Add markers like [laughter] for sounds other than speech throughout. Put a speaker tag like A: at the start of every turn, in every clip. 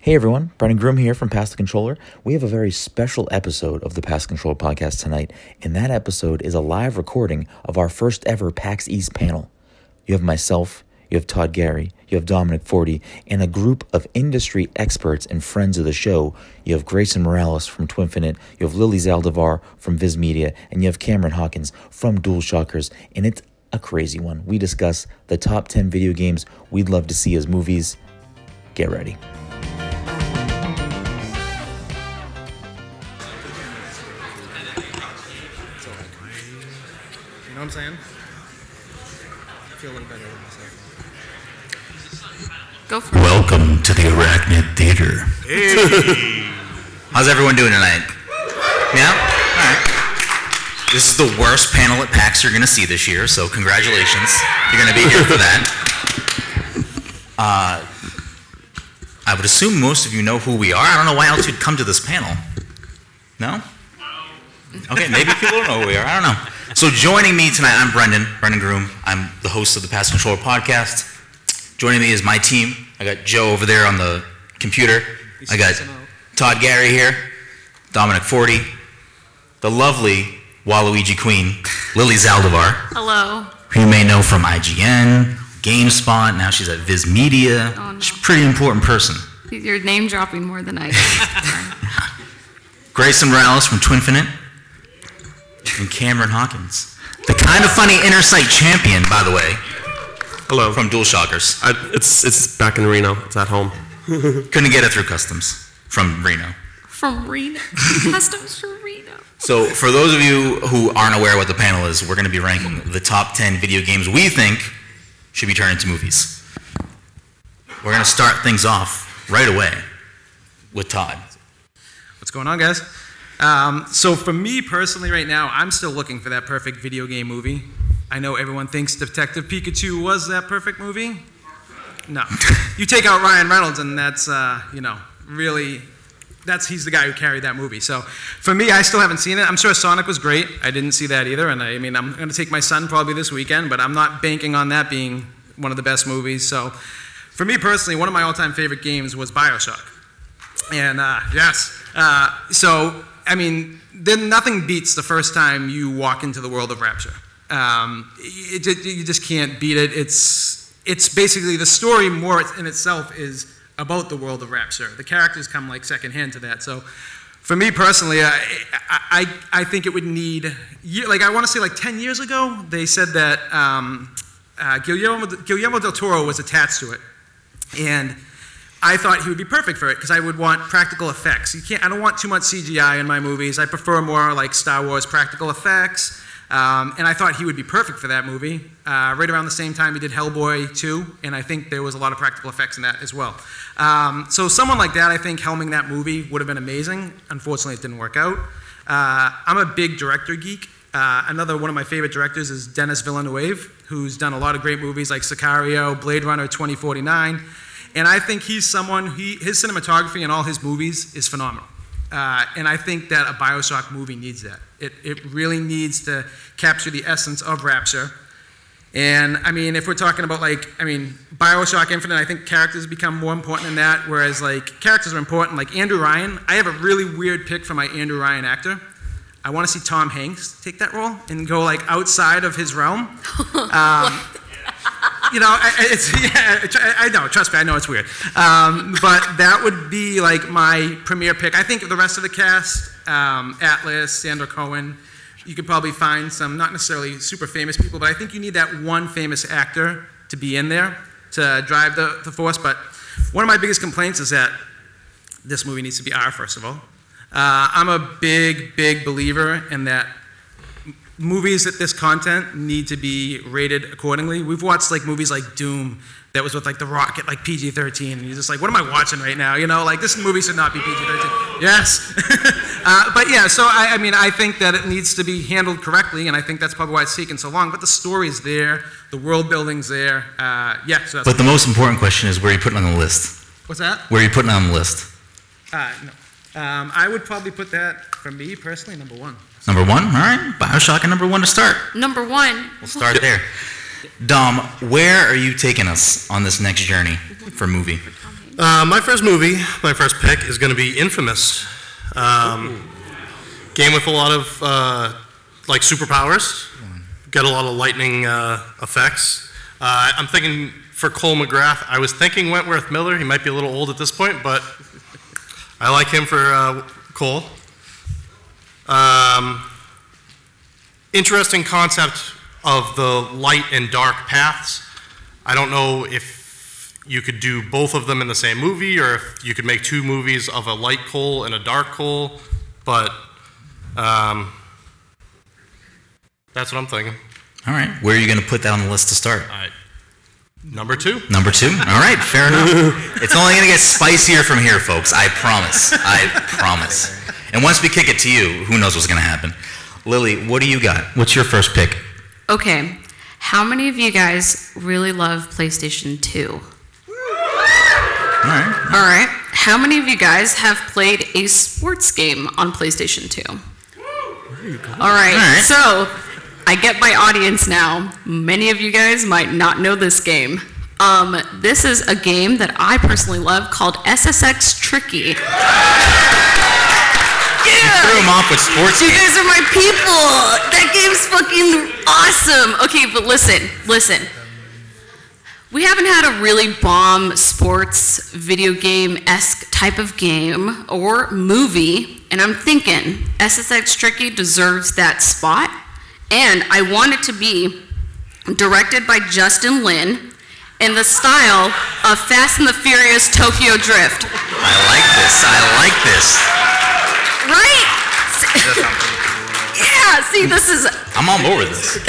A: Hey everyone, Brandon Groom here from Pass the Controller. We have a very special episode of the Pass the Controller podcast tonight, and that episode is a live recording of our first ever PAX East panel. You have myself, you have Todd Gary, you have Dominic Forty, and a group of industry experts and friends of the show. You have Grayson Morales from Twinfinite, you have Lily Zaldivar from Viz Media, and you have Cameron Hawkins from Dual Shockers, and it's a crazy one. We discuss the top 10 video games we'd love to see as movies. Get ready.
B: You know what I'm saying? I feel a little better with myself.
C: Go for it.
D: Welcome to the Arachnid Theater. [laughs] How's everyone doing tonight? Yeah? All right. This is the worst panel at PAX you're going to see this year, so congratulations. You're going to be here for that. [laughs] Uh, I would assume most of you know who we are. I don't know why else you'd come to this panel. No? Okay, maybe people don't know who we are. I don't know. So joining me tonight, I'm Brendan, Brendan Groom. I'm the host of the Pass Controller podcast. Joining me is my team. I got Joe over there on the computer. I got
B: stressing out.
D: Todd Gary here, Dominic Forty, the lovely Waluigi Queen, Lily Zaldivar,
C: Hello.
D: who you may know from IGN, GameSpot. Now she's at Viz Media.
C: Oh, no.
D: She's a pretty important person.
C: You're name dropping more than I.
D: Grayson Morales from Twinfinite, and Cameron Hawkins, the kind of funny inner sight champion, by the way,
E: Hello.
D: from Dual Shockers.
E: I, it's it's back in Reno. It's at home.
D: Couldn't get it through customs from Reno.
C: From Reno. Customs from Reno.
D: So, for those of you who aren't aware what the panel is, we're going to be ranking the top 10 video games we think should be turned into movies. We're going to start things off right away with Todd.
B: What's going on, guys? Um, so for me personally, right now, I'm still looking for that perfect video game movie. I know everyone thinks Detective Pikachu was that perfect movie. No, [laughs] you take out Ryan Reynolds, and that's uh, you know really that's he's the guy who carried that movie. So for me, I still haven't seen it. I'm sure Sonic was great. I didn't see that either, and I, I mean I'm going to take my son probably this weekend, but I'm not banking on that being one of the best movies. So for me personally, one of my all-time favorite games was Bioshock. And uh, yes, uh, so I mean, then nothing beats the first time you walk into the world of Rapture. Um, it, it- you just can't beat it. It's it's basically the story more in itself is about the world of Rapture. The characters come like secondhand to that. So for me personally, I, I, I think it would need, ye- like, I want to say like 10 years ago, they said that um, uh, Guillermo, Guillermo del Toro was attached to it. And I thought he would be perfect for it because I would want practical effects. You can't, I don't want too much CGI in my movies. I prefer more like Star Wars practical effects. Um, and I thought he would be perfect for that movie. Uh, right around the same time he did Hellboy 2, and I think there was a lot of practical effects in that as well. Um, so someone like that, I think helming that movie would have been amazing. Unfortunately, it didn't work out. Uh, I'm a big director geek. Uh, another one of my favorite directors is Dennis Villeneuve, who's done a lot of great movies like Sicario, Blade Runner 2049. And I think he's someone, he, his cinematography in all his movies is phenomenal. Uh, and I think that a Bioshock movie needs that. It, it really needs to capture the essence of Rapture. And I mean, if we're talking about like, I mean, Bioshock Infinite, I think characters become more important in that, whereas like characters are important. Like Andrew Ryan, I have a really weird pick for my Andrew Ryan actor. I want to see Tom Hanks take that role and go like outside of his realm Um, you know, I, I- it's, [laughs] yeah, I tr- I, I know, trust me, I know it's weird. Um, but that would be like my premier pick. I think of the rest of the cast, um, Atlas, Sandra Cohen, you could probably find some, not necessarily super famous people, but I think you need that one famous actor to be in there to drive the, the force. But one of my biggest complaints is that this movie needs to be R, first of all. Uh, I'm a big, big believer in that movies that this content need to be rated accordingly. We've watched like movies like Doom that was with like The Rock at like PG-13, and you're just like, what am I watching right now? You know, like this movie should not be PG-13. Yes, [laughs] uh, but yeah. So I, I mean, I think that it needs to be handled correctly, and I think that's probably why it's taken so long. But the story's there, the world building's there. Uh, yeah. So that's
D: But the most important question is where are you putting on the list?
B: what's that?
D: Where are you putting on the list?
B: Uh, no. Um, I would probably put that for me personally, number one.
D: Number one? All right. Bioshock at number one to start.
C: Number one.
D: We'll start there. Dom, where are you taking us on this next journey for movie?
C: Tom Hanks.
F: Uh, my first movie, my first pick is going to be Infamous. Um, game with a lot of uh, like superpowers. Got a lot of lightning uh, effects. Uh, I'm thinking for Cole McGrath. I was thinking Wentworth Miller. He might be a little old at this point, but I like him for uh, Cole. Um, interesting concept of the light and dark paths. I don't know if you could do both of them in the same movie, or if you could make two movies of a light coal and a dark coal, but um, that's what I'm thinking.
D: All right. Where are you going to put that on the list to start?
F: Number two.
D: Number two. All right. Fair enough. It's only going to get spicier from here, folks. I promise. I promise. And once we kick it to you, who knows what's going to happen? Lily, what do you got? What's your first pick?
G: Uh,
C: Okay. How many of you guys really love PlayStation 2?
D: All right.
C: All right. How many of you guys have played a sports game on PlayStation 2? All right.
D: right.
C: So, I get my audience now. Many of you guys might not know this game. Um, this is a game that I personally love called SSX Tricky. Yeah!
D: Threw him off with sports
C: You
D: games.
C: guys are my people. That game's fucking awesome. Okay, but listen,
H: [laughs]
C: listen. We haven't had a really bomb sports video game esque type of game or movie, and I'm thinking SSX Tricky deserves that spot. And I want it to be directed by Justin Lin in the style of Fast and the Furious Tokyo Drift.
D: I like this. I like this.
G: [laughs]
C: Right? yeah, see, this is
D: I'm all over this.
C: [laughs]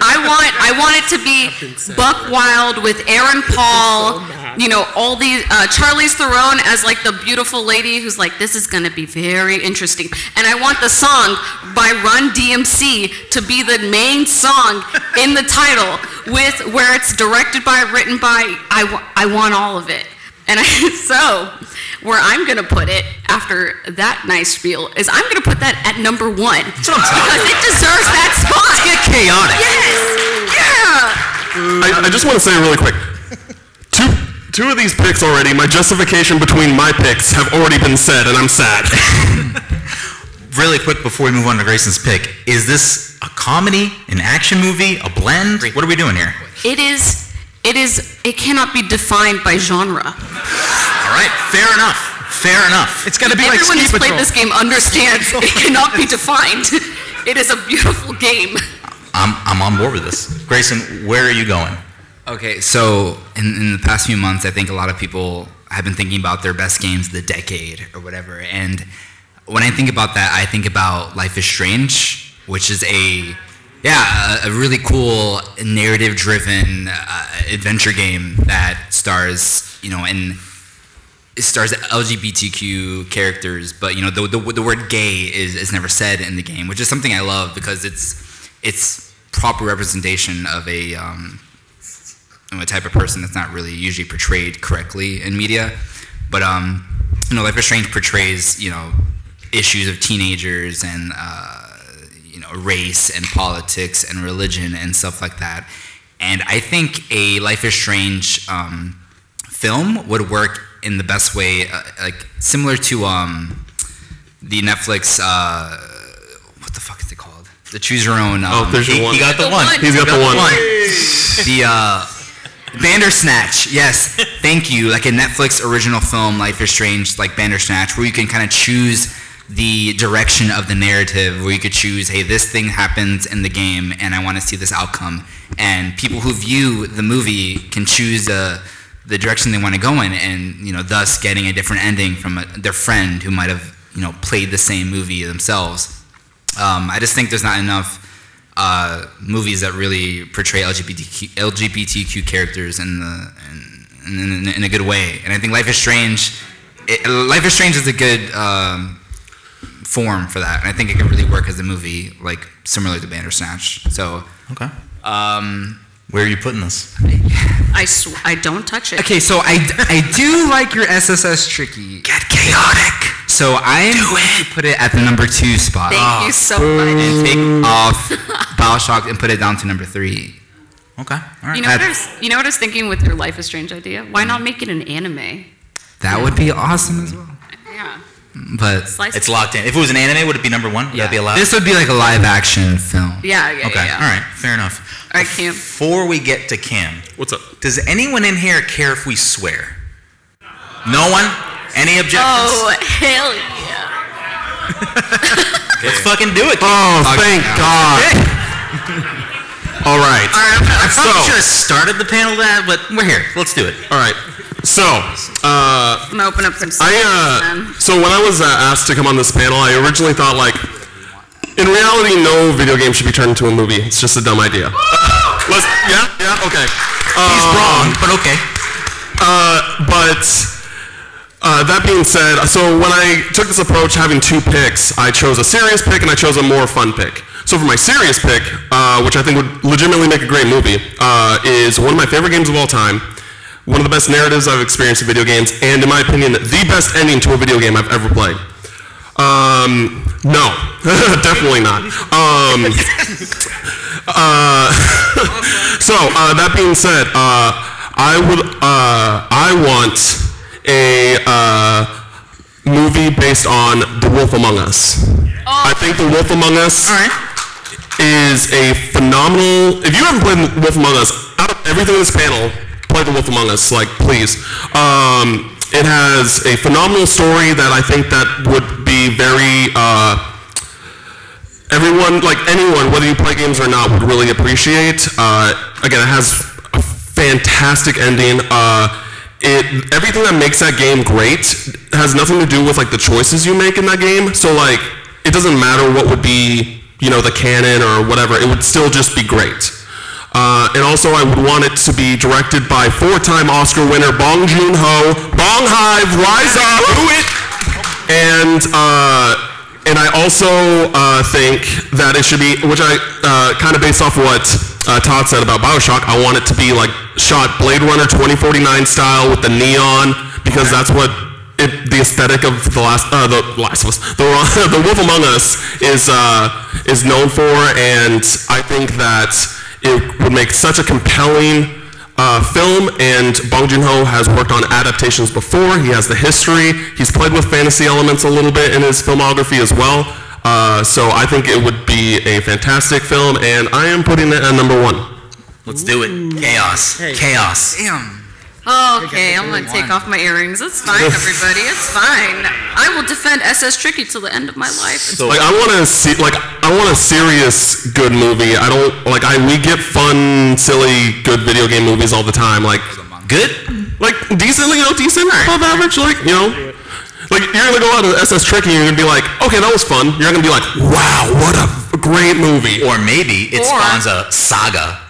C: I want I want it to be Buck Wild with Aaron Paul, you know, all these uh, Charlize Theron as like the beautiful lady who's like this is gonna be very interesting, and I want the song by Run DMC to be the main song in the title with where it's directed by, written by. I wa- I want all of it. And I, [laughs] so, where I'm going to put it after that nice spiel is I'm going to put that at number one. because it deserves that spot.
D: Chaotic.
C: Yes! Yeah!
E: I, I just want to say really quick. Two, two of these picks already, my justification between my picks have already been said, and I'm sad.
D: Really quick before we move on to Grayson's pick, is this a comedy, an action movie, a blend? What are we doing here?
C: It is. It is. It cannot be defined by genre.
D: All right. Fair enough. Fair enough.
B: It's gotta be like
C: Everyone
B: Ski
C: who's
B: Patrol.
C: played this game understands it cannot be defined. It is a beautiful game.
D: I'm, I'm on board with this. Grayson, where are you going?
G: Okay, so in, in the past few months, I think a lot of people have been thinking about their best games of the decade or whatever. And when I think about that, I think about Life is Strange, which is a yeah, a, a really cool narrative-driven uh, adventure game that stars you know in it stars LGBTQ characters, but you know the, the, the word gay is, is never said in the game, which is something I love because it's it's proper representation of a um, you know, a type of person that's not really usually portrayed correctly in media. But um, you know, Life is Strange portrays you know issues of teenagers and uh, you know race and politics and religion and stuff like that. And I think a Life is Strange. Um, film would work in the best way, uh, like similar to um, the Netflix. Uh, what the fuck is it called? The choose your own. Um,
E: Oh, there's your
D: He,
E: one.
D: he got the,
C: The
D: one.
C: one.
E: He's got the one.
G: the uh, Bandersnatch. Yes, thank you. Like a Netflix original film, Life is Strange, like Bandersnatch, where you can kind of choose the direction of the narrative, where you could choose, hey, this thing happens in the game, and I want to see this outcome. And people who view the movie can choose the the direction they want to go in, and you know, thus getting a different ending from a, their friend who might have you know played the same movie themselves. Um, I just think there's not enough uh, movies that really portray LGBTQ, LGBTQ characters in the in, in, in, in a good way. And I think Life is Strange, it, Life is Strange is a good um, form for that. And I think it could really work as a movie, like similar to Bandersnatch. So,
D: Okay.
G: um,
D: Where are you putting this?
C: I sw- I don't touch it.
G: okay, so I, I do like your SSS tricky. Get chaotic. So I'm going to put it at the number two spot.
D: Ah,
C: Thank you so much.
G: and take
D: [laughs]
G: off Bioshock and put it down to number three.
D: Okay. All right.
C: You know, what I was, you know what I was thinking with your Life is Strange idea? Why not make it an anime?
G: That would be awesome as well.
C: Yeah.
G: But
C: Slice.
D: It's locked in. If it was an anime, would it be number one? Would
G: yeah,
D: that be allowed?
G: this would be like a live action film.
C: yeah, yeah,
D: okay.
C: yeah, yeah.
D: All right. Fair enough.
C: All right, Cam.
D: Before we get to Cam,
E: What's up?
D: does anyone in here care if we swear? No one? Any objections?
C: Oh, hell yeah.
D: Let's fucking do it.
E: Oh, thank
G: yeah.
D: [laughs]
E: God. All right.
D: All right, I'm- [laughs] I probably
E: So-
D: should have started the panel that, but we're here. Let's do it.
E: All right. So, uh,
C: I'm gonna open up some.
E: I uh,
C: then.
E: so when I was uh, asked to come on this panel, I originally thought like, in reality, no video game should be turned into a movie. It's just a dumb idea. Let's, yeah, yeah, okay.
D: He's
E: Um,
D: wrong, but okay.
E: Uh, but uh, that being said, so when I took this approach, having two picks, I chose a serious pick and I chose a more fun pick. So for my serious pick, uh, which I think would legitimately make a great movie, uh, is one of my favorite games of all time, one of the best narratives I've experienced in video games, and in my opinion, the best ending to a video game I've ever played. Um, no, [laughs] definitely not. Um, Uh, [laughs] so uh, that being said, uh, I would uh, I want a uh, movie based on The Wolf Among Us. I think The Wolf Among Us
D: All right.
E: is a phenomenal. If you haven't played The Wolf Among Us, out of everything in this panel, play The Wolf Among Us. Like, please. Um, it has a phenomenal story that I think that would be very. Uh, everyone, like anyone, whether you play games or not, would really appreciate. Uh, again, it has a fantastic ending. Uh, it everything that makes that game great has nothing to do with like the choices you make in that game. So like, it doesn't matter what would be you know the canon or whatever. It would still just be great. Uh, and also, I would want it to be directed by four-time Oscar winner Bong Joon-ho. Bong Hive, rise up, do it! and uh, and I also uh, think that it should be, which I uh, kind of based off what uh, Todd said about Bioshock, I want it to be like shot Blade Runner 2049 style with the neon because that's what it, the aesthetic of the last uh, the Last of Us, the, [laughs] the Wolf Among Us is uh, is known for, and I think that it would make such a compelling uh, film, and Bong Joon Ho has worked on adaptations before. He has the history. He's played with fantasy elements a little bit in his filmography as well. Uh, so I think it would be a fantastic film, and I am putting it at number one.
D: Let's do it. Chaos. Chaos.
G: Damn.
C: Okay, I'm gonna take off my earrings. It's fine, everybody. It's fine. I will defend SS Tricky till the end of my life.
D: So,
E: Like I want to see, like I want a serious good movie. I don't like I we get fun, silly, good video game movies all the time. Like
D: good?
E: like decently, you know, decent, above average, like you know. Like you're gonna go out to SS Tricky, and you're gonna be like, okay, that was fun. You're not gonna be like, wow, what a f- great movie.
D: Or maybe it
C: Or-
D: spawns a saga.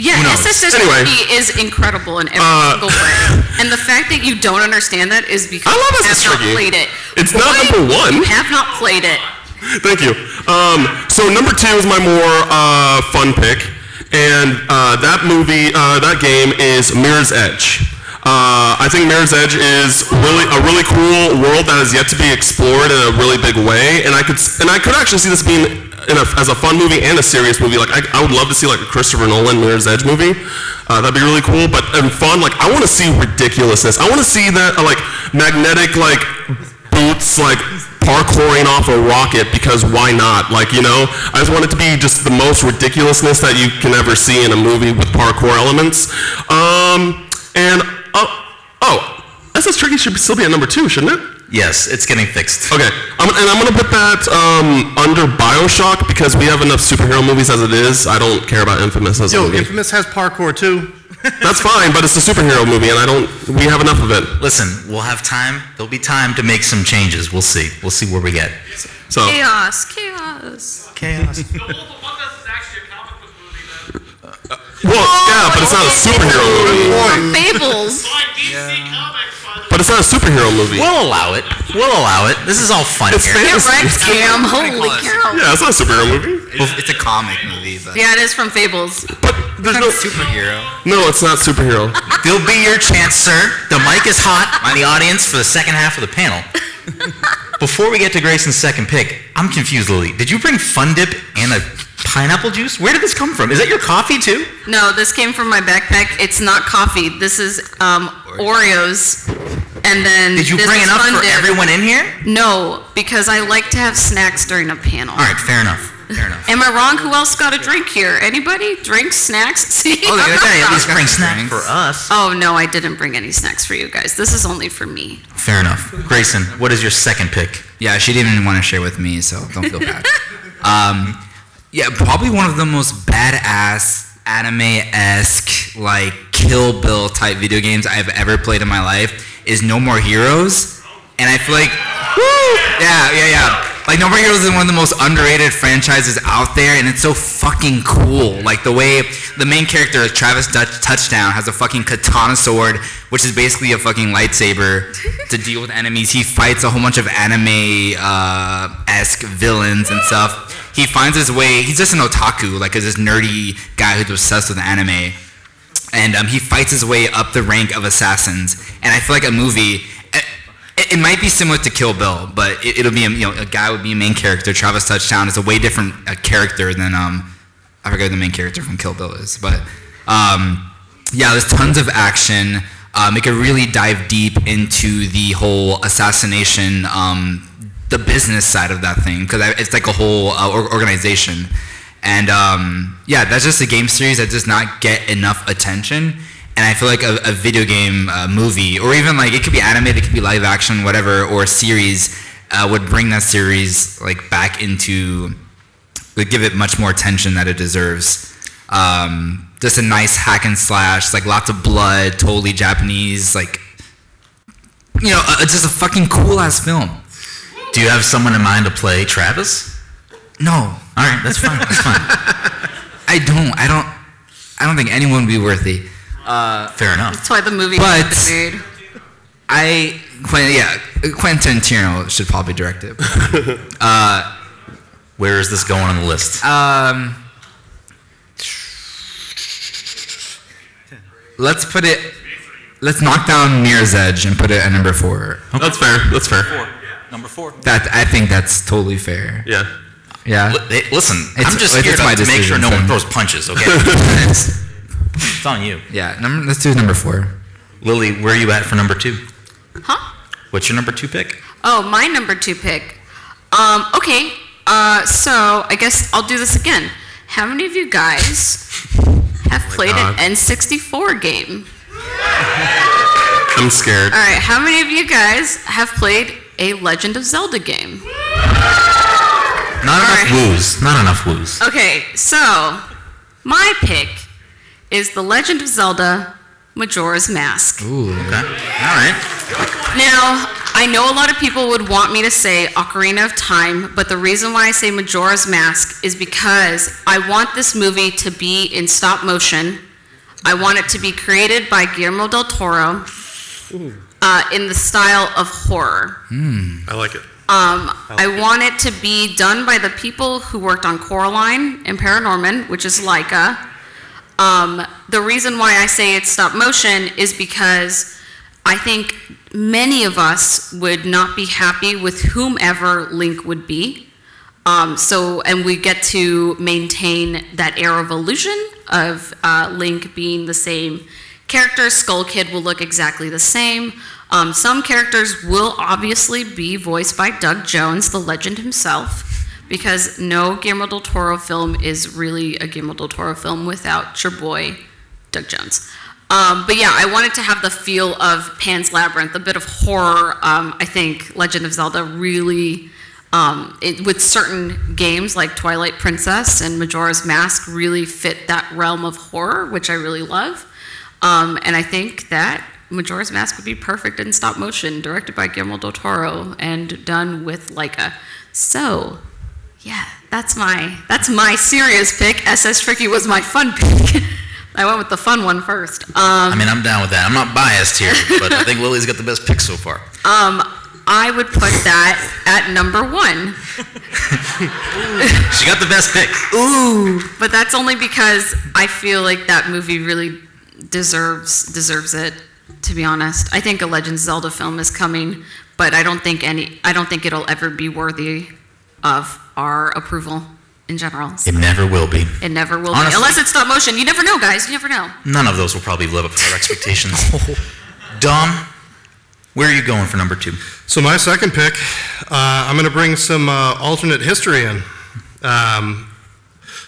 C: Yeah,
D: Who knows?
C: SSS
E: Anyway.
C: Tricky is incredible in every
E: Uh,
C: single way. And the fact that you don't understand that is because
E: I love
C: you have
E: SS
C: not
E: Tricky.
C: played it.
E: It's not
C: Why?
E: number one.
C: You have not played it.
E: Thank you. Um, so number two is my more uh, fun pick, and uh, that movie, uh, that game is Mirror's Edge. Uh, I think Mirror's Edge is really a really cool world that is yet to be explored in a really big way, and I could s- and I could actually see this being in a, as a fun movie and a serious movie. Like I, I would love to see like a Christopher Nolan Mirror's Edge movie. Uh, that'd be really cool, but and fun. Like I want to see ridiculousness. I want to see that uh, like magnetic like boots like parkouring off a rocket because why not? Like, you know, I just want it to be just the most ridiculousness that you can ever see in a movie with parkour elements. Um, and oh, oh, SS Tricky should still be at number two, shouldn't it?
D: Yes, it's getting fixed.
E: Okay, I'm, and I'm gonna put that um, under Bioshock because we have enough superhero movies as it is. I don't care about Infamous as a
F: Yo,
E: movie.
F: Infamous has parkour [laughs] too.
E: That's fine, but it's a superhero movie, and I don't. We have enough of it.
D: Listen, we'll have time. There'll be time to make some changes. We'll see. We'll see where we get.
E: So
C: Chaos, chaos.
D: Chaos.
I: The Wolf Among Us is actually a comic book movie that
E: well, yeah, but it's not a superhero movie.
C: From Fables.
I: by DC Comics, by the way.
E: But it's not a superhero movie.
D: We'll allow it. We'll allow it. This is all fun
E: It's
D: here.
E: fair.
C: Get wrecked, Cam. Holy
G: Close.
C: cow.
E: Yeah, it's not a superhero movie.
G: It's, it's a comic movie, but
C: Yeah, it is from Fables.
E: But there's no
G: superhero.
E: No, it's not superhero.
D: [laughs] There'll be your chance, sir. The mic is hot on the audience for the second half of the
C: [laughs]
D: panel. Before we get to Grayson's second pick, I'm confused, Lily. Did you bring Fun Dip and a pineapple juice? Where did this come from? Is that your coffee too?
C: No, this came from my backpack. It's not coffee. This is um, Oreos. and then
D: Did you
C: this
D: bring
C: was
D: it up for
C: funded-
D: everyone in here?
C: No, because I like to have snacks during a panel.
D: All right, fair enough. Fair
C: [laughs]
D: enough.
C: Am I wrong? Who else got a drink here? Anybody? Drinks, snacks? [laughs] See?
D: Oh, the
C: I'm
D: other
C: not
D: guy at
C: wrong.
D: least bring snack
G: Thanks.
D: for us.
C: Oh no, I didn't bring any snacks for you guys. This is only for me.
D: Fair enough. Grayson, what is your second pick?
G: Yeah, she didn't even want to share with me, so don't feel
D: [laughs]
G: bad. um, yeah, probably one of the most badass anime esque like Kill Bill type video games I've ever played in my life is No More Heroes, and I feel like, woo, yeah, yeah, yeah. Like No More Heroes is one of the most underrated franchises out there, and it's so fucking cool. Like the way the main character, Travis Dutch Touchdown, has a fucking katana sword, which is basically a fucking lightsaber to deal with enemies. He fights a whole bunch of anime uh, esque villains and stuff. He finds his way. He's just an otaku, like is this nerdy guy who's obsessed with anime and um, he fights his way up the rank of assassins. And I feel like a movie. It, it might be similar to Kill Bill, but it, it'll be a, you know a guy would be a main character. Travis Touchdown is a way different uh character than um I forget who the main character from Kill Bill is, but um yeah, there's tons of action. Um, it could really dive deep into the whole assassination, um, the business side of that thing, because it's like a whole uh, or- organization. And um, yeah, that's just a game series that does not get enough attention. And I feel like a, a video game uh, movie, or even like it could be animated, it could be live action, whatever, or a series uh, would bring that series like back into would give it much more attention that it deserves. Um, just a nice hack and slash, like lots of blood, totally Japanese, like you know, uh, just a fucking cool ass film.
D: Do you have someone in mind to play Travis?
G: No,
D: All right, that's fine. That's
G: [laughs]
D: fine.
G: I don't. I don't. I don't think anyone would be worthy. Uh,
D: Fair enough.
C: [laughs] That's why the movie
G: But-
C: was made.
G: I Quen, yeah, Quentin Tarantino should probably direct it.
D: Uh, Where is this going on the list?
G: Um, let's put it. Let's knock down Mirror's Edge and put it at number four.
E: That's fair. That's fair.
D: Number four.
G: That I think that's totally fair.
E: Yeah.
G: Yeah.
D: Li- hey, Listen,
G: It's-
D: I'm just
G: it's
D: here to
G: my
D: make sure
G: decision,
D: no one
G: so-
D: throws
G: [laughs]
D: punches, okay? it's, it's on you.
G: Yeah. Number, let's do number four.
D: Lily, where are you at for number two?
C: Huh?
D: What's your number two pick?
C: Oh, my number two pick. Um, okay. Uh, so I guess I'll do this again. How many of you guys have played an
E: God.
C: N64 game?
E: I'm scared.
C: All right. How many of you guys have played a Legend of Zelda game?
D: Not enough
C: right.
D: woos. Not enough woos.
C: Okay, so my pick is The Legend of Zelda Majora's Mask.
G: Ooh.
D: Okay. All right.
C: Now, I know a lot of people would want me to say Ocarina of Time, but the reason why I say Majora's Mask is because I want this movie to be in stop motion. I want it to be created by Guillermo del Toro uh, in the style of horror.
F: Hmm. I like it.
C: Um, I want it to be done by the people who worked on Coraline and Paranorman, which is Leica. Um, the reason why I say it's stop motion is because I think many of us would not be happy with whomever Link would be. Um, so, and we get to maintain that air of illusion of uh, Link being the same character. Skull Kid will look exactly the same. Um, some characters will obviously be voiced by Doug Jones, the legend himself, because no Guillermo del Toro film is really a Guillermo del Toro film without your boy, Doug Jones. Um, but yeah, I wanted to have the feel of Pan's Labyrinth, a bit of horror. Um, I think Legend of Zelda really, um, it, with certain games like Twilight Princess and Majora's Mask, really fit that realm of horror, which I really love. Um, and I think that Majora's Mask would be perfect in stop motion, directed by Guillermo del Toro and done with Leica. So, yeah, that's my that's my serious pick. SS Tricky was my fun [laughs] pick. I went with the fun one first. Um,
D: I mean, I'm down with that. I'm not biased here, but I think Lily's got the best pick so far.
C: um, I would put that at number one. [laughs]
D: She got the best pick.
C: Ooh. But that's only because I feel like that movie really deserves deserves it. To be honest, I think a Legend of Zelda film is coming, but I don't think any. I don't think it'll ever be worthy of our approval in general.
D: It never will be.
C: It never will, be.
D: Honestly-
C: unless it's stop motion. You never know, guys. You never know.
G: [laughs]
D: None of those will probably live up to our expectations. Dom, Where are you
F: [laughs]
D: going for number two?
F: So my second pick, uh, I'm going to bring some uh, alternate history in. Um,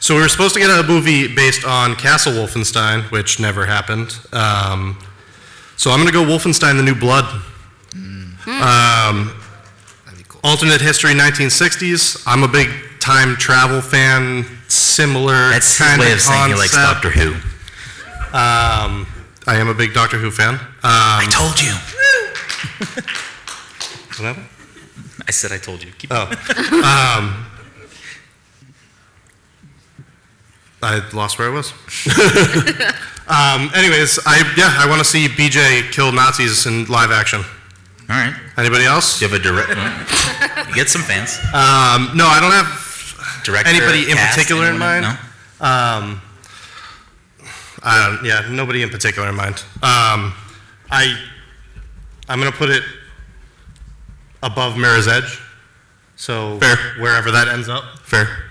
F: so we were supposed to get a movie based on Castle Wolfenstein, which never happened. Um, so I'm going to go Wolfenstein: The New Blood. Um,
G: Hmm. That'd be cool.
F: alternate history, 1960s. I'm a big time travel fan. Similar
D: That's his
F: kind
D: way
F: of
D: of saying he likes
F: concept.
D: Doctor Who.
F: Um, I am a big Doctor Who fan.
D: I told you.
F: Um,
D: I said I told you. Keep
F: Oh. Um, I lost where I was. [laughs] um, anyways, I yeah, I want to see BJ kill Nazis in live action.
D: All right.
F: Anybody else?
D: Do you have a direct? you get some fans.
F: Um, no, I don't have.
D: Director,
F: Anybody in
D: cast,
F: particular in
D: anyone?
F: mind? Um, I don't, yeah, nobody in particular in mind. Um, I I'm gonna put it above Mirror's Edge. So
E: Fair.
F: wherever that ends up. Fair.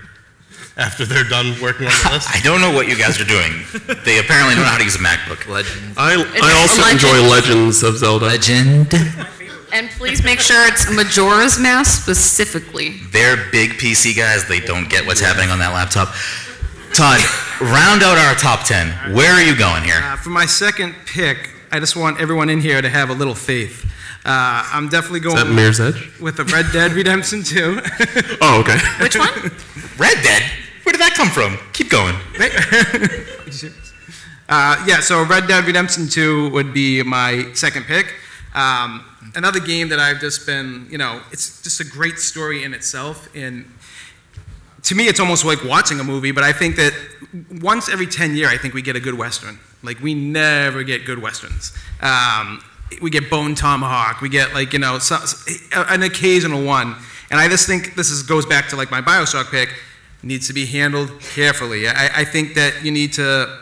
F: After they're done working on the
D: [laughs] No.
F: list.
D: I don't know what you guys are doing. They apparently don't know how to use a MacBook.
G: Legend.
E: I, I
C: a
E: also
C: legend.
E: enjoy Legends of Zelda.
G: Legend.
C: And please make sure it's Majora's Mask specifically.
D: They're big PC guys. They don't get what's happening on that laptop. Todd, round out our top ten. Where are you going here?
B: Uh, for my second pick, I just want everyone in here to have a little faith. Uh, I'm definitely
E: Is that
B: going
E: Mirror's Edge?
B: with the Red Dead
D: [laughs]
B: Redemption 2.
E: Oh, okay.
C: Which one?
D: Red Dead. Where did that come from? Keep going.
B: [laughs] Uh, yeah, so Red Dead Redemption 2 would be my second pick. Um, another game that I've just been, you know, it's just a great story in itself. And to me, it's almost like watching a movie, but I think that once every 10 year, I think we get a good Western. Like, we never get good Westerns. Um, we get Bone Tomahawk, we get, like, you know, so, an occasional one. And I just think this is, goes back to, like, my Bioshock pick needs to be handled carefully. I, I think that you need to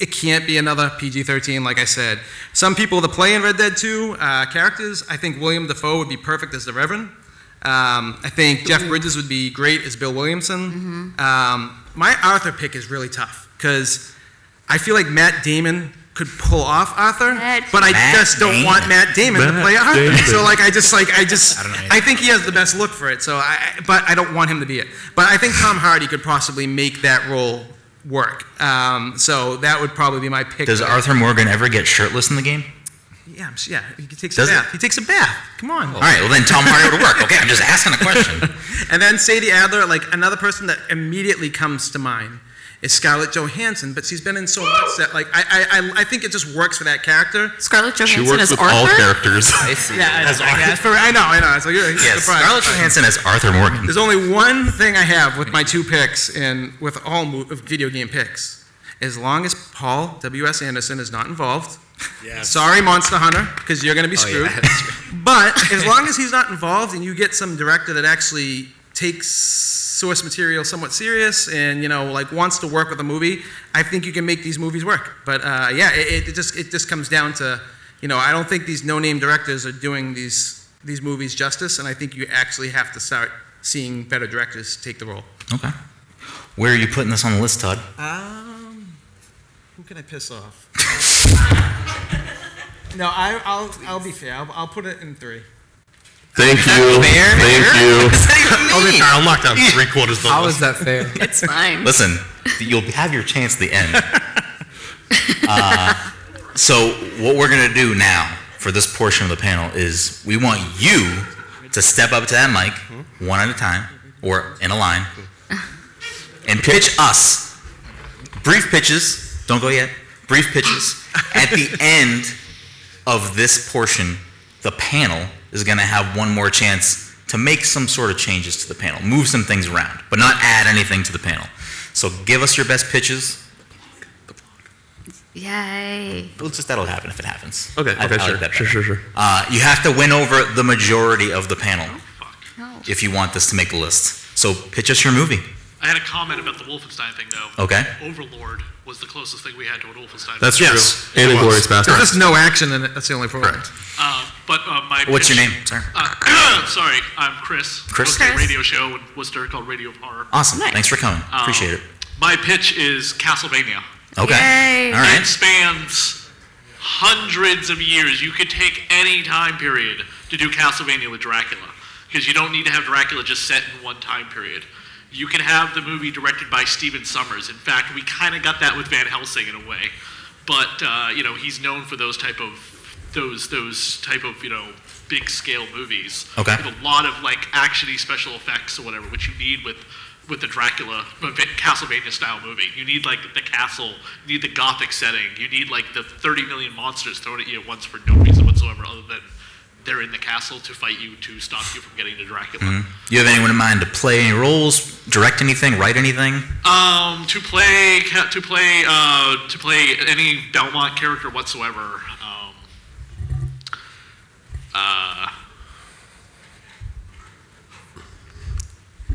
B: it can't be another PG-13, like I said. Some people that play in Red Dead 2 uh, characters, I think William Dafoe would be perfect as the Reverend. Um, I think Jeff Bridges would be great as Bill Williamson. Um, my Arthur pick is really tough because I feel like Matt Damon could pull off Arthur,
C: Matt
B: but I
D: Matt
B: just don't
D: Damon.
B: want Matt Damon to
E: Matt
B: play Arthur.
E: Damon.
B: So like I just like I just
G: I don't know
B: I,
G: either.
B: think he has the best look for it. So I I- but I don't want him to be it. But I think Tom Hardy could possibly make that role work. Um, so that would probably be my pick.
D: Does
B: there.
D: Arthur Morgan ever get shirtless in the game?
B: Yeah, I'm s- yeah. He takes
D: Does
B: a
D: it?
B: bath. He takes a bath. Come on.
D: All right. Well, then Tom Hardy would work. Okay, I'm just asking a question.
B: [laughs] And then Sadie Adler, like another person that immediately comes to mind is Scarlett Johansson, but she's been in so much that like I I, I, I think it just works for that character.
C: Scarlett
E: She
C: Johansson
E: works
C: as
E: with
C: Arthur?
E: all characters.
G: I see.
B: Yeah, I know. I, guess. [laughs] For- I know, I know. So you're you're
D: Yes,
B: surprised.
D: Scarlett Johansson as Arthur Morgan.
B: There's only one thing I have with my two picks and with all mo- video game picks. As long as Paul W.S. Anderson is not involved. Sorry, Monster Hunter, because you're going to be
G: Oh, yeah, [laughs]
B: screwed.
G: that's true.
B: But as long as he's not involved and you get some director that actually takes source material somewhat serious and you know like wants to work with a movie, I think you can make these movies work. But uh, yeah, it, it just it just comes down to you know I don't think these no-name directors are doing these these movies justice, and I think you actually have to start seeing better directors take the role.
D: Okay. Where are you putting this on the list, Todd?
B: Um, who can I piss [laughs] off? no, I, I'll I'll be fair. I'll, I'll put it in three.
E: Thank you.
D: Fair?
E: Thank you.
D: What does that
F: Only
D: even
F: fair,
D: mean?
F: I'll knock down three quarters of the
G: How
F: list.
G: is that fair?
C: It's fine.
D: Listen, you'll have your chance at the end. Uh, so what we're gonna do now for this portion of the panel is we want you to step up to that mic one at a time or in a line and pitch us brief pitches. Don't go yet. Brief pitches at the end of this portion. The panel is gonna have one more chance to make some sort of changes to the panel, move some things around, but not add anything to the panel. So give us your best pitches.
C: Yay.
D: Well, it's just that'll happen if it happens.
E: Okay,
D: I-
E: okay,
D: I like
E: sure,
D: that
E: sure, sure,
D: better.
E: sure.
D: Uh, you have to win over the majority of the panel
C: No.
D: if you want this to make the list. So pitch us your movie.
I: I had a comment about the Wolfenstein thing, though.
D: Okay.
I: Overlord was the closest thing we had to an Wolfenstein.
E: That's
F: Yes,
E: true. And
F: it was.
E: Inglorious Bastards.
B: There's no action in it. That's the only problem.
I: Uh, but uh, my.
D: What's your
I: pitch-
D: name? Sorry.
I: Uh, [coughs] sorry, I'm Chris.
D: Chris.
I: Host a
C: Chris.
I: radio show in Worcester called Radio Um, of Horror.
D: Awesome.
C: Nice.
D: Thanks for coming. Appreciate it.
I: My pitch is Castlevania.
D: Okay.
C: Yay.
D: All
I: It
D: right.
I: spans hundreds of years. You could take any time period to do Castlevania with Dracula because you don't need to have Dracula just set in one time period. You can have the movie directed by Steven Summers. In fact, we kind of got that with Van Helsing in a way, but uh, you know he's known for those type of those those type of you know big scale movies.
D: Okay.
I: With a lot of like actiony special effects or whatever, which you need with with the Dracula [laughs] but Vin- Castlevania style movie. You need like the castle, you need the gothic setting, you need like the 30 million monsters thrown at you at once for no reason whatsoever other than they're in the castle to fight you to stop you from getting to Dracula.
D: Mm-hmm. You have anyone in mind to play any roles, direct anything, write anything?
I: Um, to play ca- to play uh, to play any Belmont character whatsoever. Um, uh,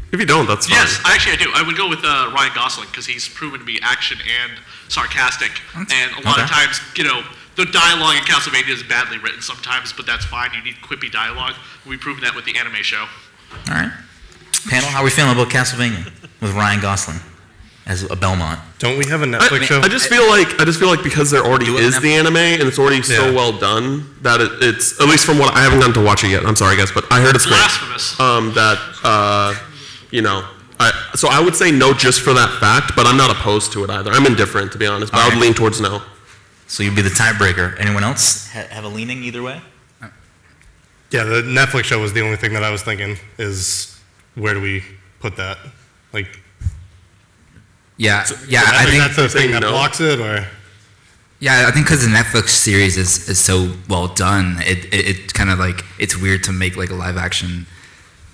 E: If you don't, that's fine.
I: yes, actually, I do. I would go with uh, Ryan Gosling because he's proven to be action and sarcastic, and a lot of
D: okay.
I: times, you know. The dialogue in Castlevania is badly written sometimes, but that's fine. You need quippy dialogue. We've proven that with the anime show.
D: All right. Panel, how are we feeling about Castlevania with Ryan Gosling as a Belmont?
F: Don't we have a Netflix show?
E: I just feel like I just feel like because there already
D: Do it
E: is
D: now.
E: the anime and it's already
F: Yeah.
E: so well done that it, it's at least from what I haven't gotten to watch it yet. I'm sorry guys, but I heard it's great.
I: Blasphemous.
E: Um, that uh, you know, I, so I would say no just for that fact, but I'm not opposed to it either. I'm indifferent to be honest, but I would
D: Okay.
E: lean towards no.
D: So you'd be the tiebreaker. Anyone else ha- have a leaning either way?
F: yeah, the Netflix show was the only thing that I was thinking is where do we put that? Like,
G: Yeah, yeah,
F: I,
G: I
F: think,
G: think
F: that's the
E: say
F: thing that
E: no.
F: blocks it, or
G: yeah, I think because the Netflix series is, is so well done, it, it, it kind of like it's weird to make like a live action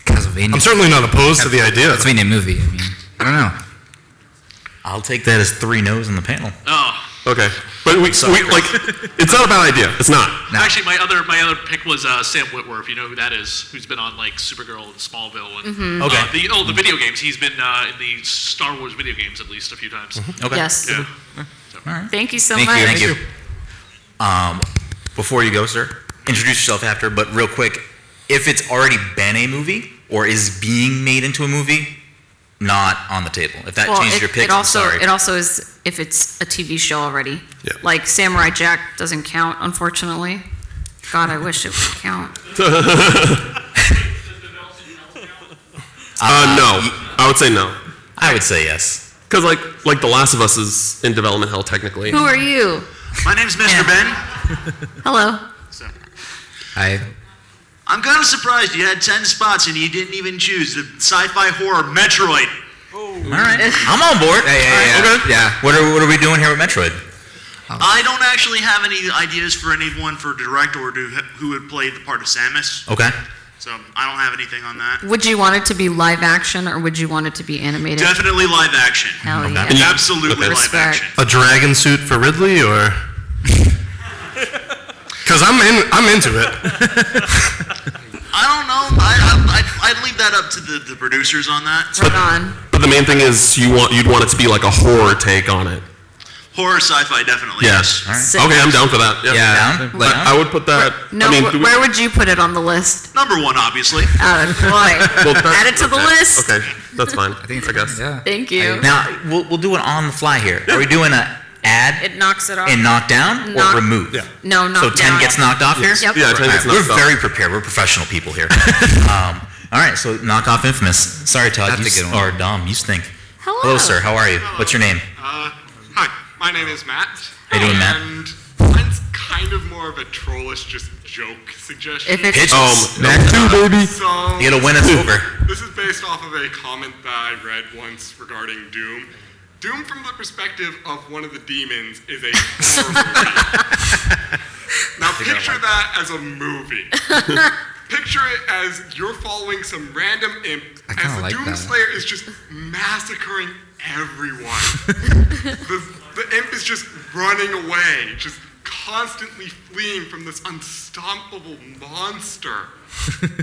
G: Castlevania.
F: I'm certainly not opposed to the idea.
G: Castlevania movie. I mean, I don't know.
D: I'll take that as three no's in the panel.
I: Oh,
E: Okay, but we,
D: Sorry.
E: we like it's not a bad idea. It's not.
G: No.
I: Actually, my other my other pick was uh, Sam Whitworth. You know who that is? Who's been on like Supergirl and Smallville and uh,
D: Mm-hmm. Okay.
I: the, oh the video games. He's been uh, in the Star Wars video games at least a few times.
D: Mm-hmm. Okay.
C: Yes.
I: Yeah.
C: Thank you so
D: Thank
C: much.
D: you. Thank you. Um, before you go, sir, introduce yourself after, but real quick, if it's already been a movie or is being made into a movie, not on the table. If that
C: Well,
D: changed
C: it,
D: your pick,
C: it also
D: I'm sorry.
C: it also is if it's a TV show already.
E: Yeah.
C: Like Samurai Jack doesn't count, unfortunately. God, I wish it would
D: [laughs]
C: count.
E: Uh, no, I would say no
D: I would say yes.
E: because like like The Last of Us is in development hell technically.
C: Who are you?
J: My name's Mr. Ben.
C: Hello.
I: So,
G: I
J: I'm kind of surprised you had 10 spots and you didn't even choose the sci fi horror Metroid.
D: All
C: [laughs]
D: right. I'm on board.
G: yeah yeah yeah, yeah.
D: What are, what are we doing here with Metroid?
J: [laughs] I don't actually have any ideas for anyone for direct or to, who would play the part of Samus,
D: Okay.
J: so I don't have anything on that.
C: Would you want it to be live action or would you want it to be animated?
J: Definitely live action.
C: Hell yeah.
E: And you-
J: Absolutely live
C: Respect.
J: action.
F: a dragon suit for Ridley, or
E: [laughs]
F: because I'm in, I'm into it.
J: I don't know. I, I, I'd, I'd leave that up to the, the producers on that.
C: Right on.
E: But the main thing is you want you'd want it to be like a horror take on it.
J: Horror sci fi, definitely.
E: Yes.
C: Sick.
E: Okay, I'm down for that. Yeah.
D: Down?
E: But
D: Down?
E: I would put that.
C: No,
E: I mean,
C: wh-
E: do we-
C: where would you put it on the list?
J: Number one, obviously.
D: [laughs]
C: Out of boy.
E: [laughs] well, that-
C: Add it to the
E: okay,
C: list.
E: Okay, that's fine. I,
G: I think it's
E: guess.
G: Yeah.
C: Thank you.
D: Now, we'll, we'll do an on the fly here. Are we doing a add
C: It knocks it off.
D: and knock down
C: Knock-
D: or remove?
F: Yeah.
C: no, not
D: So 10 gets knocked off here?
C: Yep.
E: Yeah, 10 gets
D: All right,
E: knocked off.
D: We're very prepared. We're professional people
E: [laughs]
D: here. um, all right, so knock off infamous. Sorry, Todd.
G: That's
D: you
G: a good
D: s-
G: one.
D: Or Dom, you stink.
C: Hello.
D: Hello, sir. How are you? What's your name?
K: Uh, hi, my name is Matt.
D: How you doing, Matt?
K: And mine's kind of more of a trollish just joke suggestion.
C: If it's Oh,
E: Um,
D: Pitch. No.
E: two, baby.
K: so,
D: You gotta win us over.
K: this is based off of a comment that I read once regarding Doom. Doom, from the perspective of one of the demons,
D: [laughs]
K: is a horror movie. now picture that as
G: [laughs]
K: a movie. picture it as you're following some random imp
G: I kinda
K: as the
G: like
K: Doom
G: that.
K: Slayer is just massacring
G: [laughs]
K: everyone. the, the imp is just running away, just constantly fleeing from this unstoppable monster.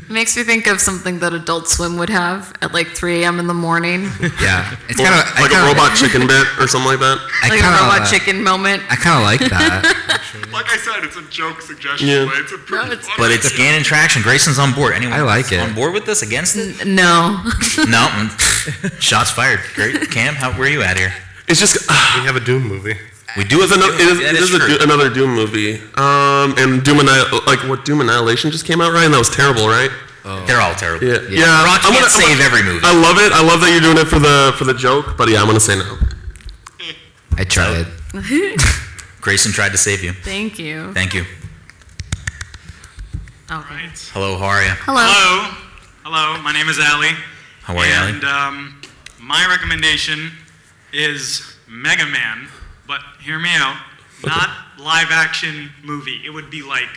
C: makes me think of something that Adult Swim would have at like 3 a.m. in the morning,
G: yeah, it's
E: Or
G: kind of
E: like a robot chicken bit or something like that.
G: I
C: like
G: kinda,
C: a robot
G: uh,
C: chicken moment.
G: I kind of
C: [laughs]
G: like that.
K: Like I said, it's a joke suggestion,
E: Yeah.
K: but it's a pretty
C: it's-
K: funny-
D: But it's gaining traction. Grayson's on board. Anyone
G: I like
D: else
G: it.
D: on board with this? Against it?
C: No,
D: [laughs] no. mm. Shots fired. Great. Cam, how, where are you at here?
E: It's just ah.
F: We have a Doom movie.
D: We do have
E: It's another, it is,
D: That
E: it
D: is
E: is a
D: true.
E: Do- another Doom movie. Um, and Doom Annihilation, like what Doom Annihilation just came out, right? And that was terrible, right?
D: They're all terrible.
E: Yeah, yeah.
D: Rock
E: I'm
D: can't
E: gonna-
D: save every movie.
E: I love it. I love that you're doing it for the for the joke, but yeah, I'm gonna say no.
L: I tried.
D: Grayson tried to save you.
C: Thank you.
D: Thank you.
C: Okay.
D: Hello, how are you?
C: Hello.
M: Hello. Hello, my name is Ali.
D: How are you, Allie?
M: And um, my recommendation is Mega Man, but hear me out. Not live action movie. It would be like,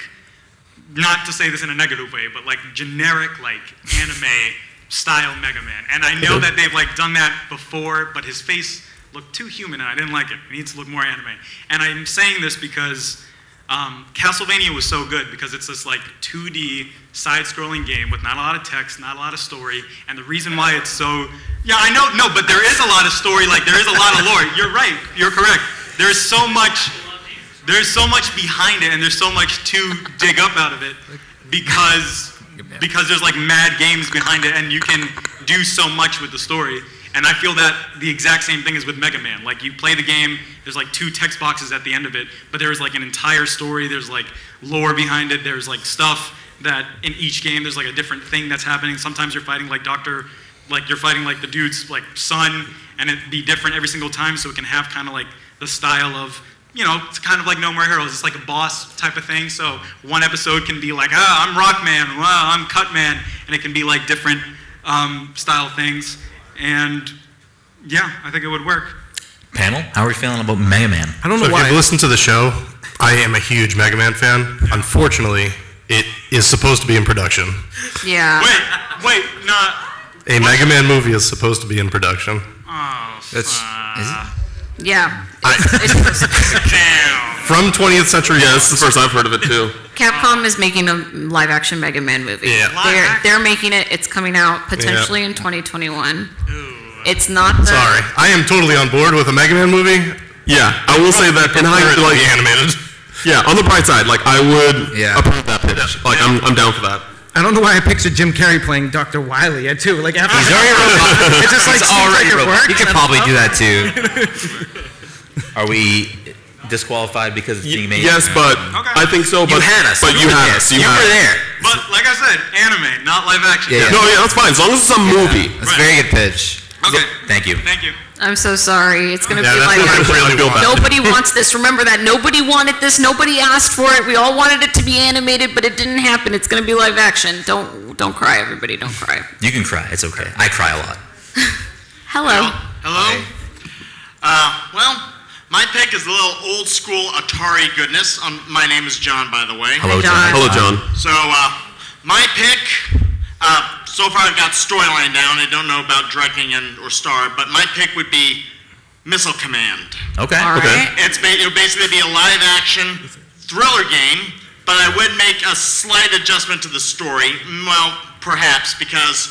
M: not to say this in a negative way, but like generic, like anime style Mega Man. And I know that they've like done that before, but his face looked too human and I didn't like it. It needs to look more anime. And I'm saying this because um, Castlevania was so good because it's this like 2D side-scrolling game with not a lot of text, not a lot of story, and the reason why it's so yeah, I know, no, but there is a lot of story. Like there is a lot of lore.
G: [laughs]
M: You're right. You're correct. There's so much. There's so much behind it, and there's so much to dig up out of it because because there's like mad games behind it, and you can do so much with the story. And I feel that the exact same thing is with Mega Man. Like you play the game, there's like two text boxes at the end of it, but there's like an entire story. There's like lore behind it. There's like stuff that in each game there's like a different thing that's happening. Sometimes you're fighting like Doctor, like you're fighting like the dude's like son, and it be different every single time, so it can have kind of like the style of you know, it's kind of like No More Heroes. It's like a boss type of thing. So one episode can be like, ah, I'm Rockman, wow, I'm Cutman, and it can be like different um, style things. And yeah, I think it would work.
D: Panel, how are you feeling about Mega Man?
F: I don't know If you've listened to the show, I am a huge Mega Man fan. Unfortunately, it is supposed to be in production.
C: Yeah.
M: Wait, wait, no.
F: A Mega Man movie is supposed to be in production.
M: Oh,
L: That's is
E: uh,
L: it?
C: Yeah. It's, it's,
M: damn.
E: From 20th Century, yeah, this is the first I've heard of it too.
C: Capcom is making a live-action Mega Man movie.
F: Yeah.
C: They're, they're making it. It's coming out potentially in 2021. It's not the.
F: Sorry, [laughs] I am totally on board with a Mega Man movie.
E: Yeah, I will say that in
F: Prefer it
E: hindsight,
F: to be
E: like
F: animated.
E: [laughs] yeah, on the bright side, like I would
L: Yeah.
E: approve that pitch. Like I'm I'm down for that.
B: I don't know why I pictured Jim Carrey playing Dr. Wiley uh, too. Like after
L: He's already robot.
B: It [laughs] just, like,
L: He's
B: seems
L: already
B: like it
L: robot.
B: worked,
L: He could
B: and I'm
L: probably
B: like,
L: do that too.
D: Are we disqualified because it's being made?
E: yes, but
M: Okay.
E: I think so. But
D: you had us.
E: But you
D: were
E: had
D: there.
E: us.
D: You,
E: had
D: were
E: us.
D: there.
M: But like I said, anime, not live action.
L: Yeah, yeah.
E: No, yeah, that's fine. As long as it's a movie.
L: That's a very good pitch.
M: Okay.
D: Thank you.
M: Thank you.
C: I'm so sorry. It's gonna
E: Yeah,
C: be
E: that's
C: like
E: what I really feel bad.
C: nobody wants this. Remember that nobody wanted this. Nobody asked for it. We all wanted it to be animated, but it didn't happen. It's gonna be live action. Don't don't cry, everybody. Don't cry.
D: You can cry. It's okay. I cry a lot.
C: Hello.
J: Hello? Uh, well, my pick is a little old school Atari goodness. Um, my name is John, by the way.
D: Hello, John.
C: John.
E: Hello, John.
J: So, uh, my pick, uh, so far I've got Storyline down. I don't know about Drecking and or Star, but my pick would be Missile Command.
D: Okay.
C: All
E: Okay.
C: right.
J: It's ba- it would basically be a live action thriller game, but I would make a slight adjustment to the story. Well, perhaps, because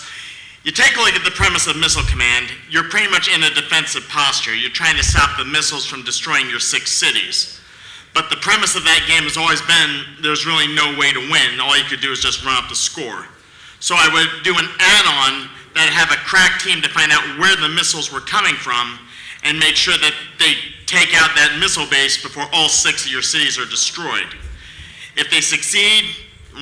J: you take a look at the premise of Missile Command, you're pretty much in a defensive posture. You're trying to stop the missiles from destroying your six cities. But the premise of that game has always been there's really no way to win. All you could do is just run up the score. So I would do an add-on that have a crack team to find out where the missiles were coming from and make sure that they take out that missile base before all six of your cities are destroyed. If they succeed,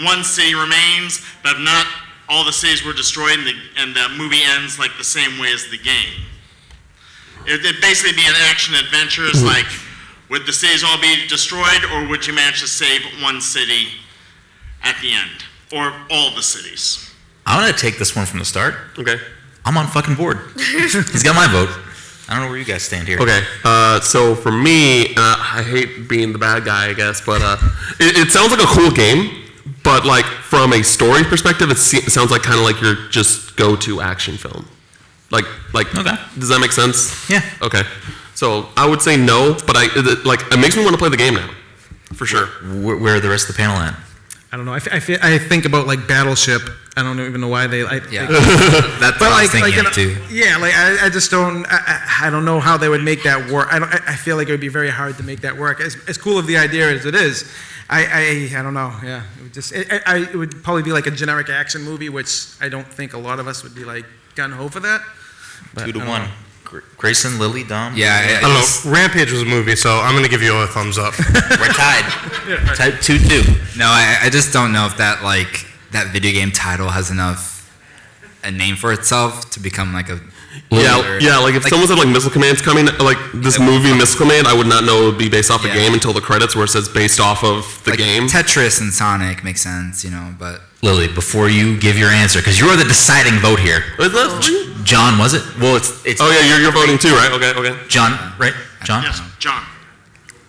J: one city remains, but if not, all the cities were destroyed and the, and the movie ends like the same way as the game. It, it'd basically be an action adventure.
G: Mm-hmm.
J: It's like, would the cities all be destroyed or would you manage to save one city at the end? Or all the cities?
D: I'm gonna take this one from the start.
E: Okay.
D: I'm on fucking board. He's got my vote. I don't know where you guys stand here.
E: Okay, uh, so for me, uh, I hate being the bad guy, I guess, but uh, it, it sounds like a cool game, but like from a story perspective, it, se- it sounds like kind of like your just go-to action film. Like, like,
D: Okay.
E: does that make sense?
D: Yeah.
E: Okay, so I would say no, but I it, like it makes me want to play the game now, for sure.
D: Where, where are the rest of the panel at?
B: I don't know. I, f- I, fe- I think about like Battleship. I don't even know why they. I,
L: Yeah.
B: They,
L: [laughs]
B: [laughs]
L: That's what
B: but
L: I was
B: like, like
L: thinking
B: you
L: of too.
B: know, yeah, like I, I just don't. I, I, I don't know how they would make that work. I don't. I, I feel like it would be very hard to make that work. As, as cool of the idea as it is, I, I, I don't know. Yeah, it would just. It, I, I, it would probably be like a generic action movie, which I don't think a lot of us would be like gun ho for that. But
D: Two to
B: I don't
D: one.
B: know.
D: Gr- Grayson, Lily, Dom.
F: I don't know. Rampage was a movie, so I'm going to give you a thumbs
G: [laughs]
F: up.
D: We're
B: [laughs]
D: tied. Type two two.
G: No, I, I just don't know if that like that video game title has enough a name for itself to become like a
E: Yeah, yeah. Like if someone said like missile command's coming, like this movie missile command, I would not know it would be based off a
G: Yeah.
E: game until the credits where it says based off of the
G: like
E: game.
G: Tetris and Sonic makes sense, you know, but
D: Lily, before you give your answer, because you are the deciding vote here. John, was it? Well, it's it's.
E: Oh yeah, you're, you're voting too, right? Okay, okay.
D: John, right? John,
J: Yes, John.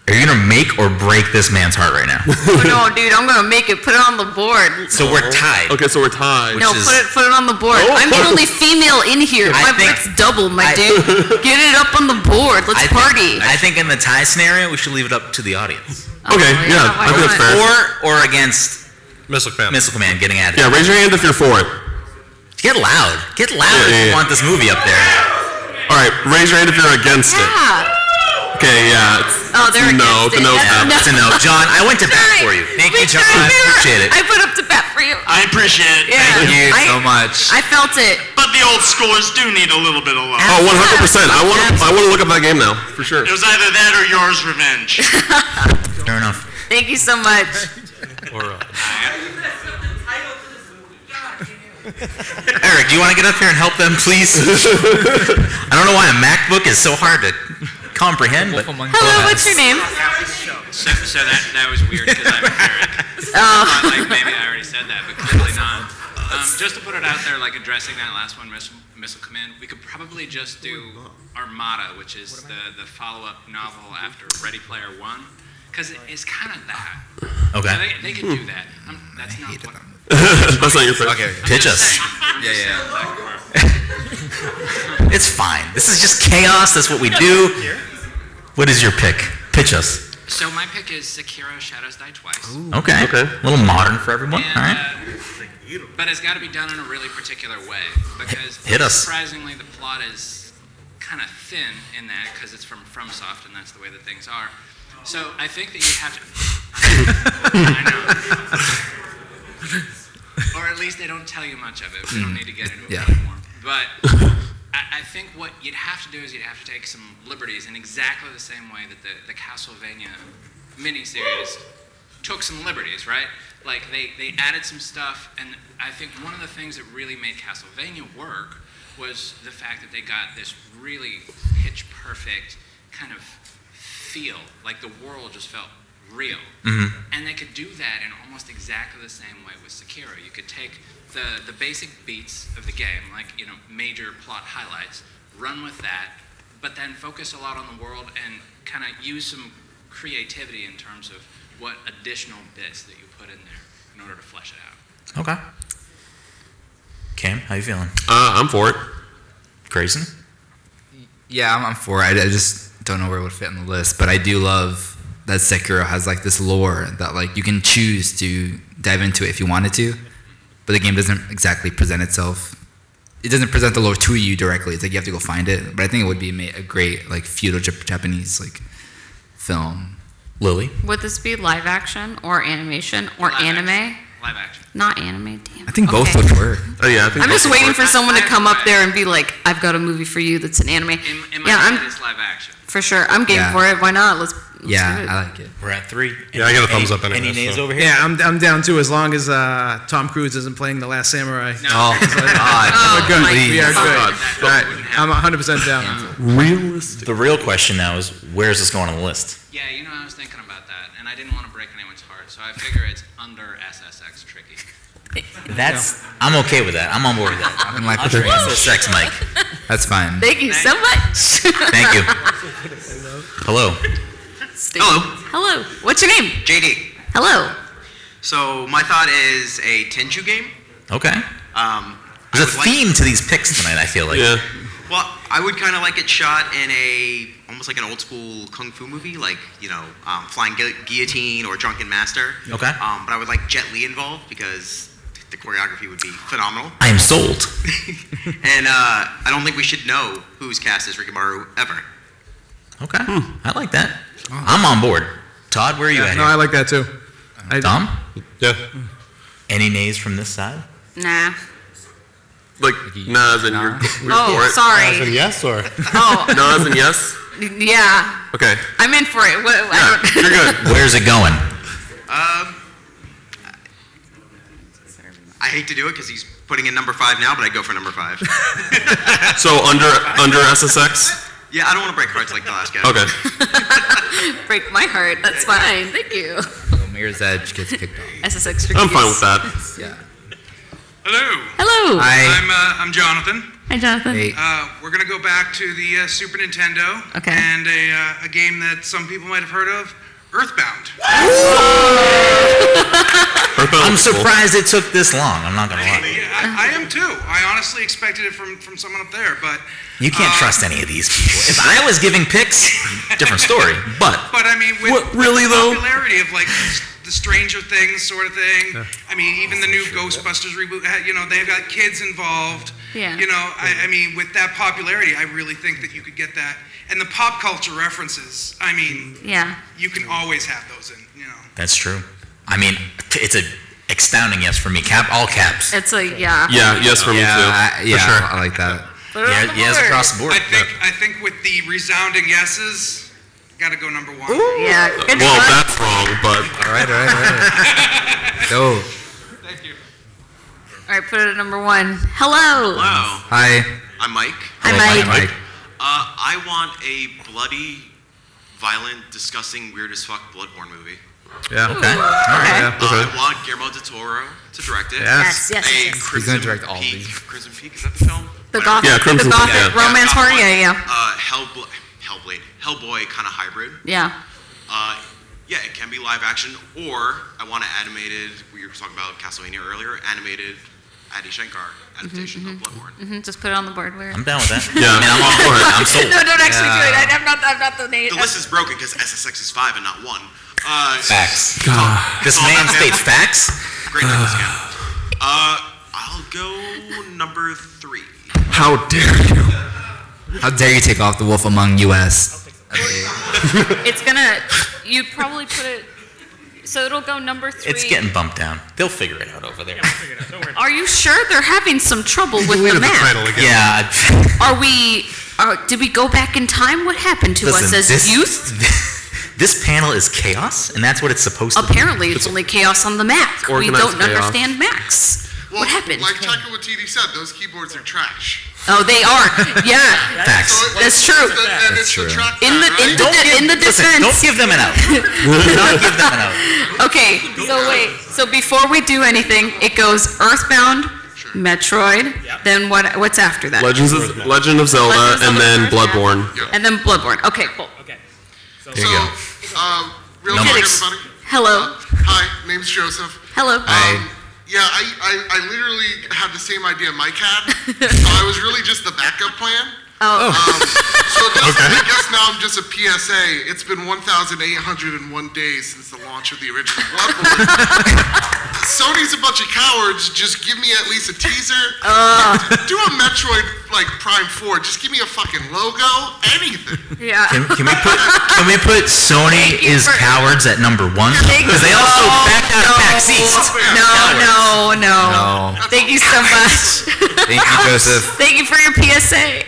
D: are you gonna make or break this man's heart right now?
E: [laughs]
C: Oh, no, dude, I'm gonna make it. Put it on the board.
D: So we're tied.
E: Okay, so we're tied.
C: no, put it put it on the board.
E: Oh.
C: I'm the only female in here.
D: I
C: My
D: think-
C: vote's double, my
D: I-
C: dude.
G: [laughs]
C: Get it up on the board. Let's
D: I think-
C: party.
D: I think in the tie scenario, we should leave it up to the audience,
E: Okay,
C: Oh,
E: yeah, I
C: why
E: think that's
C: not?
E: fair.
D: or or against
F: Missile Command.
D: Missile Command getting at it.
E: Yeah, raise your hand if you're for it.
D: Get loud. Get
E: Yeah,
D: loud if
E: yeah,
D: you
E: yeah.
D: want this movie up there.
E: All right, raise your hand if you're against it.
C: Yeah.
E: Okay, yeah. It's,
C: Oh, they're
E: no,
C: against
E: the
C: it.
E: no's
C: That's
E: out.
C: a
D: That's a no. John, I went to bat
C: Sorry.
D: for you. Thank you,
C: We
D: John. I
C: tried.
D: appreciate it.
C: I put up to bat for you.
J: I appreciate it.
C: Yeah.
G: thank you
C: I,
G: so much.
C: I felt it.
J: But the old scores do need a little bit of love.
E: Oh, 100 percent. I want to. I want to look up that game now for sure.
J: It was either that or yours
C: [laughs]
J: revenge.
D: Fair enough.
C: Thank you so much.
F: uh,
D: Eric, do you want to get up here and help them,
E: [laughs]
D: please? I don't know why a MacBook is so hard to comprehend, but
C: Hello, what's your name?
N: uh, So, so that, that was weird because I'm
C: [laughs]
N: Eric. Thought,
C: Oh.
N: like maybe I already said that, but clearly not. Um, just to put it out there, like addressing that last one, missile, missile command, we could probably just do Armada, which is the, the follow-up novel after Ready Player One, because it, it's kind of that.
D: okay.
N: They, they could do that. i that's not what. [laughs]
E: [laughs] That's not your thing.
G: Okay.
D: Pitch us.
G: Yeah, yeah.
D: It's fine. This is just chaos. That's what we do. What is your pick? Pitch us.
N: So my pick is Sekiro: Shadows Die Twice.
D: Okay.
E: Okay.
D: A little modern for everyone.
N: And,
D: All right.
N: uh, but it's got to be done in a really particular way because
D: Hit us.
N: surprisingly the plot is kind of thin in that because it's from FromSoft and that's the way that things are. So I think that you
D: [laughs]
N: have to. I know. or at least they don't tell you much of it. We
D: Hmm.
N: don't need to get into it
G: Yeah.
N: anymore. But I, I think what you'd have to do is you'd have to take some liberties in exactly the same way that the, the Castlevania miniseries took some liberties, right? Like they, they added some stuff, and I think one of the things that really made Castlevania work was the fact that they got this really pitch perfect kind of feel, like the world just felt real. And they could do that in almost exactly the same way with Sekiro. You could take the, the basic beats of the game, like you know major plot highlights, run with that, but then focus a lot on the world and kind of use some creativity in terms of what additional bits that you put in there in order to flesh it out.
D: Okay. Cam, how you feeling?
E: Uh, I'm for it.
D: Grayson?
G: Yeah, I'm, I'm for it. I, I just don't know where it would fit on the list, but I do love that Sekiro has like this lore that like you can choose to dive into it if you wanted to, but the game doesn't exactly present itself. It doesn't present the lore to you directly. It's like you have to go find it. But I think it would be ma- a great like feudal Jap- Japanese like film.
D: Lily?
C: Would this be live action or animation or
N: Live
C: anime?
N: action. Live action.
C: Not anime, damn.
G: I think both
C: Okay.
G: would work.
E: Oh yeah, I think.
C: I'm just
E: both are
C: waiting
E: for it.
C: for someone to come up there and be like, "I've got a movie for you that's an anime."
N: In, in my
C: Yeah,
N: head,
C: I'm
N: it's live action.
C: for sure. I'm game
G: Yeah.
C: for it. Why not? Let's. let's do
G: Yeah,
C: it.
G: I like it.
D: We're at three.
F: Yeah, I got a thumbs up
D: Any,
F: anyway,
D: any names
F: so-
D: over here?
O: Yeah, I'm, I'm down too, as long as uh, Tom Cruise isn't playing The Last Samurai.
G: Oh, God.
C: Oh,
O: Good.
C: my
O: We are
C: God.
O: good. All right, I'm 100% down.
D: The real question now is where's this going on the list?
N: Yeah, you know, I was thinking about that, and I didn't want to break anyone's heart, so I figure it's under SSX tricky.
D: That's I'm okay with that. I'm on board with that.
G: I'm like,
D: Andre, sex, Mike.
G: that's fine.
C: Thank you so much.
D: [laughs] Thank you. Hello.
C: Hello. Hello. What's your name?
P: JD.
C: Hello.
P: So my thought is a Tenchu game.
D: Okay.
P: Um, I
D: There's
P: would
D: a
P: like-
D: theme to these picks tonight. I feel like.
E: Yeah.
P: well, I would kind of like it shot in a almost like an old school kung fu movie, like you know, um, Flying Gu- Guillotine or Drunken Master.
D: Okay.
P: Um, but I would like Jet Li involved because the choreography would be phenomenal. [laughs]
D: I am sold.
P: and uh, I don't think we should know who's cast as Rikimaru ever.
D: Okay.
E: Hmm.
D: I like that. I'm on board. Todd, where are you at?
O: No, I like that too. I-
D: Dom?
E: Yeah.
D: Any nays from this side?
C: Nah.
E: Like Nas and you're, you're
C: Oh,
E: for it?
C: sorry. Nas and
E: yes or?
C: Oh.
E: [laughs] Nas and yes?
C: Yeah,
E: Okay.
C: I'm in for it. What, I don't-
E: You're good.
D: [laughs] Where's it going?
P: Um, I hate to do it because he's putting in number five now, but I go for number five.
E: [laughs] So under under SSX?
P: yeah, I don't want to break hearts like the last guy.
E: Okay.
C: [laughs] Break my heart. That's fine. Thank you.
G: Mayor's Edge gets kicked off.
C: SSX.
G: I'm fine
C: Drinkies.
G: with that.
C: Yeah.
L: Hello.
C: Hello.
G: Hi.
L: I'm, uh, I'm Jonathan.
C: Hi, Jonathan.
L: Uh, we're going to go back to the uh, Super Nintendo.
C: Okay.
L: And a, uh, a game that some people might have heard of Earthbound.
B: [laughs]
D: I'm surprised it took this long. I'm not gonna lie.
L: I, I am too. I honestly expected it from, from someone up there, but
D: You can't trust any of these people. If I was giving picks, different story. But
L: but I mean, with
D: What, really,
L: with the
D: though?
L: popularity of like s- the Stranger Things sort of thing. I mean, even the new Ghostbusters reboot. had- You know, they've got kids involved.
C: Yeah.
L: You know, I, I mean, with that popularity, I really think that you could get that. And the pop culture references. I mean,
C: Yeah.
L: you can always have those in. You know.
D: that's true. I mean, it's a astounding yes for me. Cap all caps.
C: It's a yeah.
G: yeah, I-
D: For
G: yeah,
D: sure.
G: I like that.
L: Put it on
D: Yeah,
L: the
D: yes
L: board.
D: across the board.
L: I think I think with the resounding yeses, gotta go number one.
C: Yeah.
E: Well, that's wrong, but.
G: All right, all right,
E: [laughs]
G: all right. Go.
C: All right, put it at number one. Hello.
P: Hello.
G: Hi.
P: I'm Mike.
C: Hi, Hello, Mike. Mike.
P: Uh, I want a bloody, violent, disgusting, weird as fuck Bloodborne movie.
G: Yeah. Okay. Ooh, okay.
P: Uh,
G: Okay.
P: I want Guillermo del Toro to direct it.
G: Yes. Yes, yes,
P: A
G: yes, yes. He's
P: Crimson
G: gonna direct all these.
P: Peak. Crimson Peak is that the film?
C: The
P: Whatever.
C: Gothic, the Gothic romance horror. Yeah, yeah,
P: Uh, Hellbl- Hellblade, Hellboy, kind of hybrid.
C: yeah.
P: Uh, yeah, it can be live action, or I want an animated. We were talking about Castlevania earlier. Animated, Adi Shankar adaptation of Bloodborne.
C: hmm Just put it on the board. Where?
D: I'm down with that.
P: [laughs]
D: I
P: Yeah.
D: mean, I'm on board.
C: [laughs]
D: I'm sold.
C: no, don't actually do it. I, I'm not. I'm not the name.
P: The list is broken because SSX is five and not one. Uh,
D: Facts. This man states facts.
P: Great job, this guy. Uh, I'll go number three.
G: How dare you? How dare you take off the Wolf Among Us?
C: It's gonna. You'd probably put it. So it'll go number three.
D: It's getting bumped down. They'll figure it out over there.
C: Are you sure they're having some trouble with the map?
D: Yeah. I- [laughs]
C: Are we? Are, did we go back in time? What happened to us
D: Listen,
C: as
D: this,
C: youth?
D: This panel is chaos, and that's what it's supposed to be.
C: Apparently, it's only chaos on the Mac. We
D: organized
C: don't
D: chaos.
C: understand Macs. what happened?
K: Like Taika Waititi said, those keyboards are trash.
C: Oh, they are. Yeah,
D: Facts.
K: So it-
C: that's true.
K: it's the- and it's the track
C: In the
K: pad,
C: in the,
K: right?
C: de- in the
D: Listen,
C: defense.
D: don't give them an out. don't give them an
C: [laughs]
D: out.
C: Okay, so wait. So before we do anything, it goes Earthbound, Metroid. Then what? What's after that?
E: Legends of, Legend of Zelda
C: Legend
E: and
C: of Zelda
E: then
C: first, yeah.
E: Bloodborne.
C: And then Bloodborne. Okay, cool. Okay.
K: So,
E: There you go.
K: um, real quick,
C: Felix.
K: everybody. Uh,
C: Hello.
K: Hi, name's Joseph.
C: Hello.
K: Um, yeah, I, I, I literally had the same idea Mike had,
E: [laughs]
K: so I was really just the backup plan.
C: Oh.
K: Um,
E: [laughs]
K: so just, I guess now I'm just a PSA. It's been 1,801 days since the launch of the original
E: [laughs]
K: Bloodborne. Sony's a bunch of cowards. Just give me at least a teaser.
E: Uh.
K: Do a Metroid like Prime 4. Just give me a fucking logo. Anything.
C: Yeah.
D: Can, can we put can we
E: [laughs]
D: put Sony
K: Thank you
D: is
K: for-
D: cowards at number one?
C: Thank
D: Because they
C: you.
D: also
C: No,
D: backed out
C: no,
D: back seats.
C: No, no, no,
D: No.
C: Thank you so much.
G: Thank you, Joseph.
C: [laughs] Thank you for your PSA.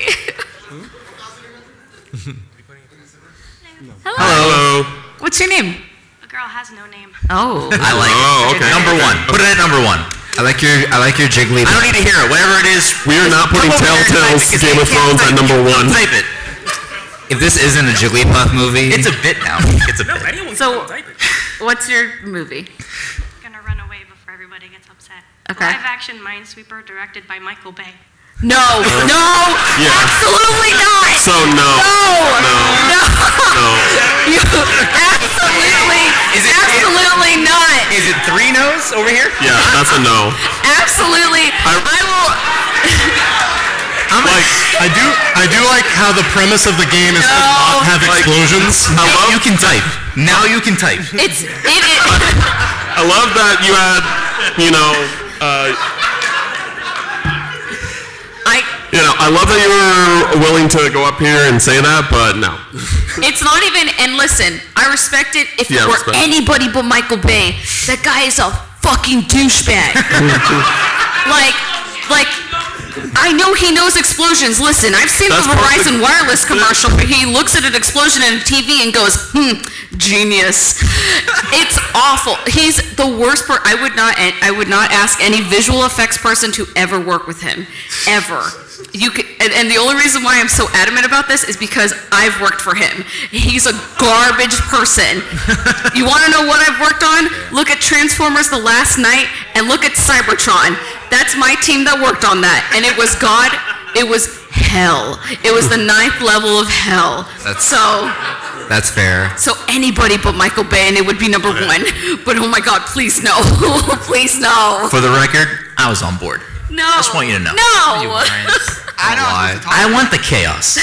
D: Hello.
C: What's your name?
H: A girl has no name.
C: Oh.
D: I like
G: Oh, okay.
D: number one. Put it at number one.
G: I like your I like your jiggly.
D: I don't need to hear it. Whatever it is,
G: [laughs]
E: We are not putting Telltale's Game of Thrones at number one.
D: Type it.
G: If this isn't a Jigglypuff movie,
D: It's a bit now. It's a bit.
C: So, [laughs] what's your movie?
H: Gonna run away before everybody gets upset.
C: Okay.
H: Live action Minesweeper directed by Michael Bay.
E: [laughs]
C: No, no, absolutely not.
E: So no.
C: No.
E: No. No.
C: You, absolutely, absolutely not.
D: Is it three no's over here?
E: Yeah, that's a no.
C: Absolutely, I will.
Q: like I do, I do like how the premise of the game is to not have explosions.
D: Hello? You can type. Now you can type.
C: It's it. it
E: I love that you had, you know, uh,
C: I.
E: you know, I love that you were willing to go up here and say that, but no.
C: It's not even. And listen, I respect it if
E: Yeah,
C: it were
E: respect.
C: anybody but Michael Bay.
E: [laughs]
C: That guy is a fucking douchebag. like, like. I know he knows explosions. Listen, I've seen
E: That's
C: the
E: part of
C: Verizon
E: the-
C: Wireless commercial where he looks at an explosion in TV and goes, hmm, genius. it's awful. He's the worst per I would not I would not ask any visual effects person to ever work with him. Ever. You could, and, and the only reason why I'm so adamant about this is because I've worked for him. He's a garbage person. You want to know what I've worked on? Look at Transformers the last night and look at Cybertron. That's my team that worked on that. And it was God, it was hell. It was the ninth level of hell.
G: That's-
C: so
G: That's fair.
C: so anybody but Michael Bay and it would be number one. But oh my God, please no. [laughs] please no.
D: [laughs] For the record, I was on board.
C: no.
D: I just want you to know.
C: No. [laughs]
D: I don't. I want the chaos.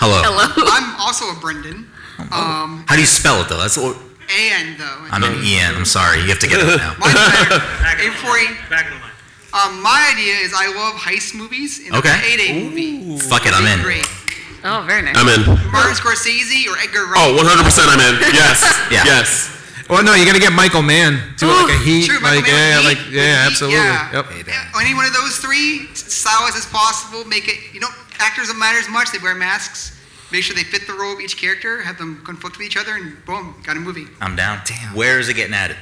D: Hello.
R: I'm also a Brendan. Um,
D: How do you spell it though? That's what,
R: and uh, though.
D: I'm
C: Oh,
D: an EN. I'm sorry. You have to get
C: [laughs]
D: it now.
R: A Um, my idea is I love heist movies and
D: Okay.
R: the 8 movie.
D: Fuck it, I'm in.
R: Great.
C: Oh, very nice.
E: I'm in.
R: Martin Scorsese or Edgar Wright.
E: Oh, 100% I'm
R: [laughs]
E: in. Yes.
D: Yeah.
E: Yes.
O: Well, no, you're gonna get Michael Mann to like a heat,
R: True, Michael
O: like
R: Mann
O: yeah,
R: with
O: like yeah, absolutely.
R: yeah.
O: Yep.
R: Any one of those three, s- solid as possible. Make it. You know, actors don't matter as much. They wear masks. Make sure they fit the role of each character. Have them conflict with each other, and boom, got a movie.
D: I'm down. Damn. Where is it getting added?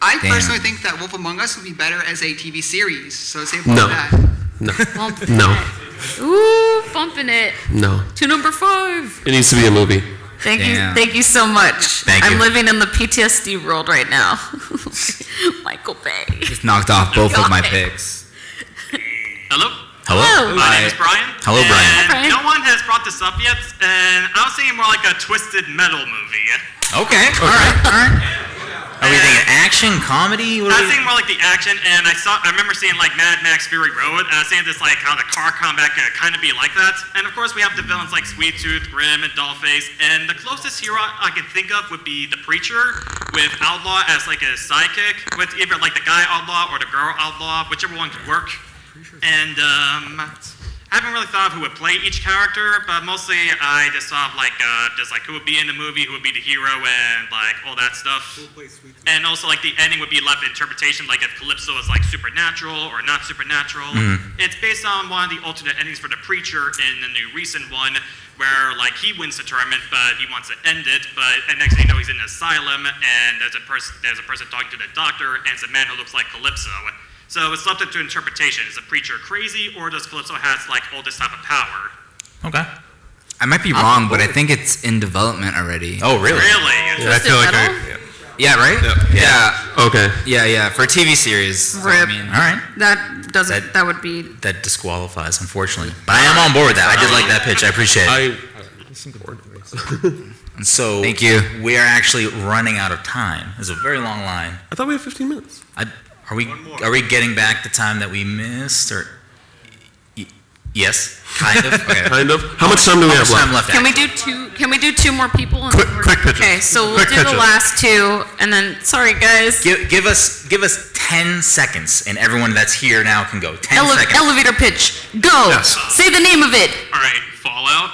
R: I
D: Damn.
R: personally think that Wolf Among Us would be better as a TV series. So same
E: No.
R: with that.
E: No.
C: Bump
E: No.
C: it. Ooh, bumping it
E: No.
C: to number five.
E: It needs to be a movie.
C: Thank
E: Damn.
C: you, thank you so much.
E: Thank
C: I'm
E: you.
C: living in the PTSD world right now. [laughs] Michael Bay.
G: Just knocked off both
C: [laughs]
G: of my picks. Hello. Hello.
S: My name is Brian.
G: Hello, Brian.
S: and No one has brought this up yet, and I was thinking more like a twisted metal movie.
D: Okay. All right. All right.
S: [laughs]
D: Are we thinking action, comedy? What
S: I
D: are
S: was
D: we?
S: thinking more like the action, and I saw. I remember seeing like Mad Max Fury Road, and I was seeing this like how the car combat could kind of be like that. And of course, we have the villains like Sweet Tooth, Grim, and Dollface. And the closest hero I can think of would be the Preacher, with Outlaw as like a sidekick, with either like the guy Outlaw or the girl Outlaw, whichever one could work. And um, I haven't really thought of who would play each character, but mostly I just thought of like uh, just like who would be in the movie, who would be the hero, and like all that stuff. And also like the ending would be left to interpretation, like if Calypso is like supernatural or not supernatural.
M: Mhm.
S: It's based on one of the alternate endings for the preacher in the new recent one, where like he wins the tournament, but he wants to end it. But and next thing you know, he's in an asylum, and there's a person there's a person talking to the doctor, and it's a man who looks like Calypso. So it's left up to interpretation. Is the preacher crazy, or does Calypso has like all this type of power?
D: Okay.
G: I might be wrong, but I think it's in development already.
D: Oh, really?
S: Really?
G: Yeah, I feel like I, yeah, right? Yeah.
E: Okay.
G: Yeah, yeah. For a TV series.
C: Rip.
G: so I mean, all right.
C: That doesn't. That, would be.
D: That disqualifies, unfortunately. But I am on board with that. I did like that pitch. I appreciate it. And so
G: Thank you.
D: We are actually running out of time. It's a very long line.
E: I thought we had 15 minutes.
D: I, are we are we getting back the time that we missed or? y- Yes, kind of. Okay.
E: [laughs] Kind of. How much time do we
D: How
E: have
D: much time
E: left?
D: left?
C: Can we do two? Can we do two more people? Quick, quick
E: pitches.
C: Okay, so we'll
D: Quick
C: do the
D: pitches.
C: last two, and then sorry guys.
D: Give, give us give us ten seconds, and everyone that's here now can go. Ten
C: Ele-
D: seconds.
C: elevator pitch. Go.
D: Yes.
C: Say the name of it.
M: All right, Fallout.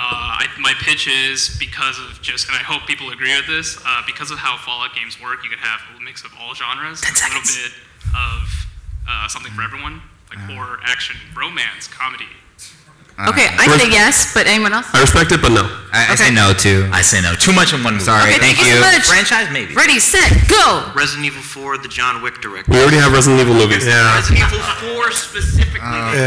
M: Uh, I, my pitch is because of just, and I hope people agree with this, uh, because of how Fallout games work, you could have a mix of all genres, a little bit of uh, something for everyone, like horror, action, romance, comedy.
D: Uh,
C: okay, I
E: Res-
C: say yes, but anyone else?
E: I respect it, but no.
G: I, I say no too.
D: I say no. Too much in one movie.
G: Sorry.
C: Okay,
G: thank
C: thank you so
G: you.
C: much. [laughs]
D: Franchise, maybe.
C: Ready, set, go.
P: Resident Evil 4, the John Wick director.
E: We already have Resident Evil movies.
P: Resident Evil 4 specifically.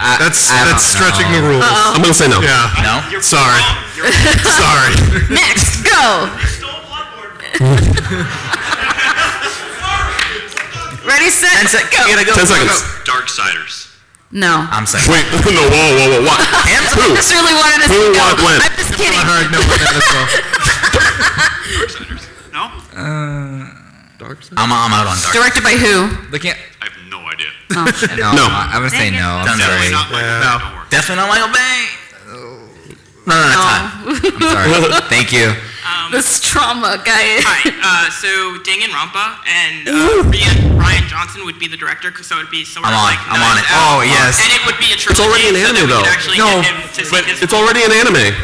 D: Uh,
Q: that's that's stretching the rules.
E: Uh-oh. I'm gonna say no.
Q: Yeah.
D: No.
Q: [laughs] Sorry. Sorry.
C: Next, go. Ready, set, go.
E: Ten seconds.
P: Darksiders.
C: No.
D: I'm saying.
E: Wait, no, whoa, whoa, whoa, what?
C: [laughs] I just really wanted us
E: Who,
C: to go.
E: what, when?
C: I'm just kidding. [laughs]
G: Uh,
D: I'm, I'm out on dark.
C: Directed by who?
G: Looking at.
P: I have no idea.
C: Oh,
G: [laughs]
C: shit.
G: No, I- I'm gonna say no. I'm
D: Done
G: sorry.
D: definitely not Michael Bay. No. Definitely not Michael Bay.
G: No, no, no, time.
C: I'm
G: I'm sorry. [laughs] Thank you.
C: This trauma, guys.
T: Uh, so Danganronpa and uh, Rian, Ryan Johnson would be the director, 'cause so it'd be sort of
G: I'm on.
T: like
G: I'm on it.
T: Knives Out.
G: Oh, yes.
T: and it would be a
E: It's
T: trilogy.
E: already
T: so
E: an
T: that
E: anime
T: we could
E: though.
T: Actually
E: No,
T: get him to see
E: but
T: his
E: it's already an anime.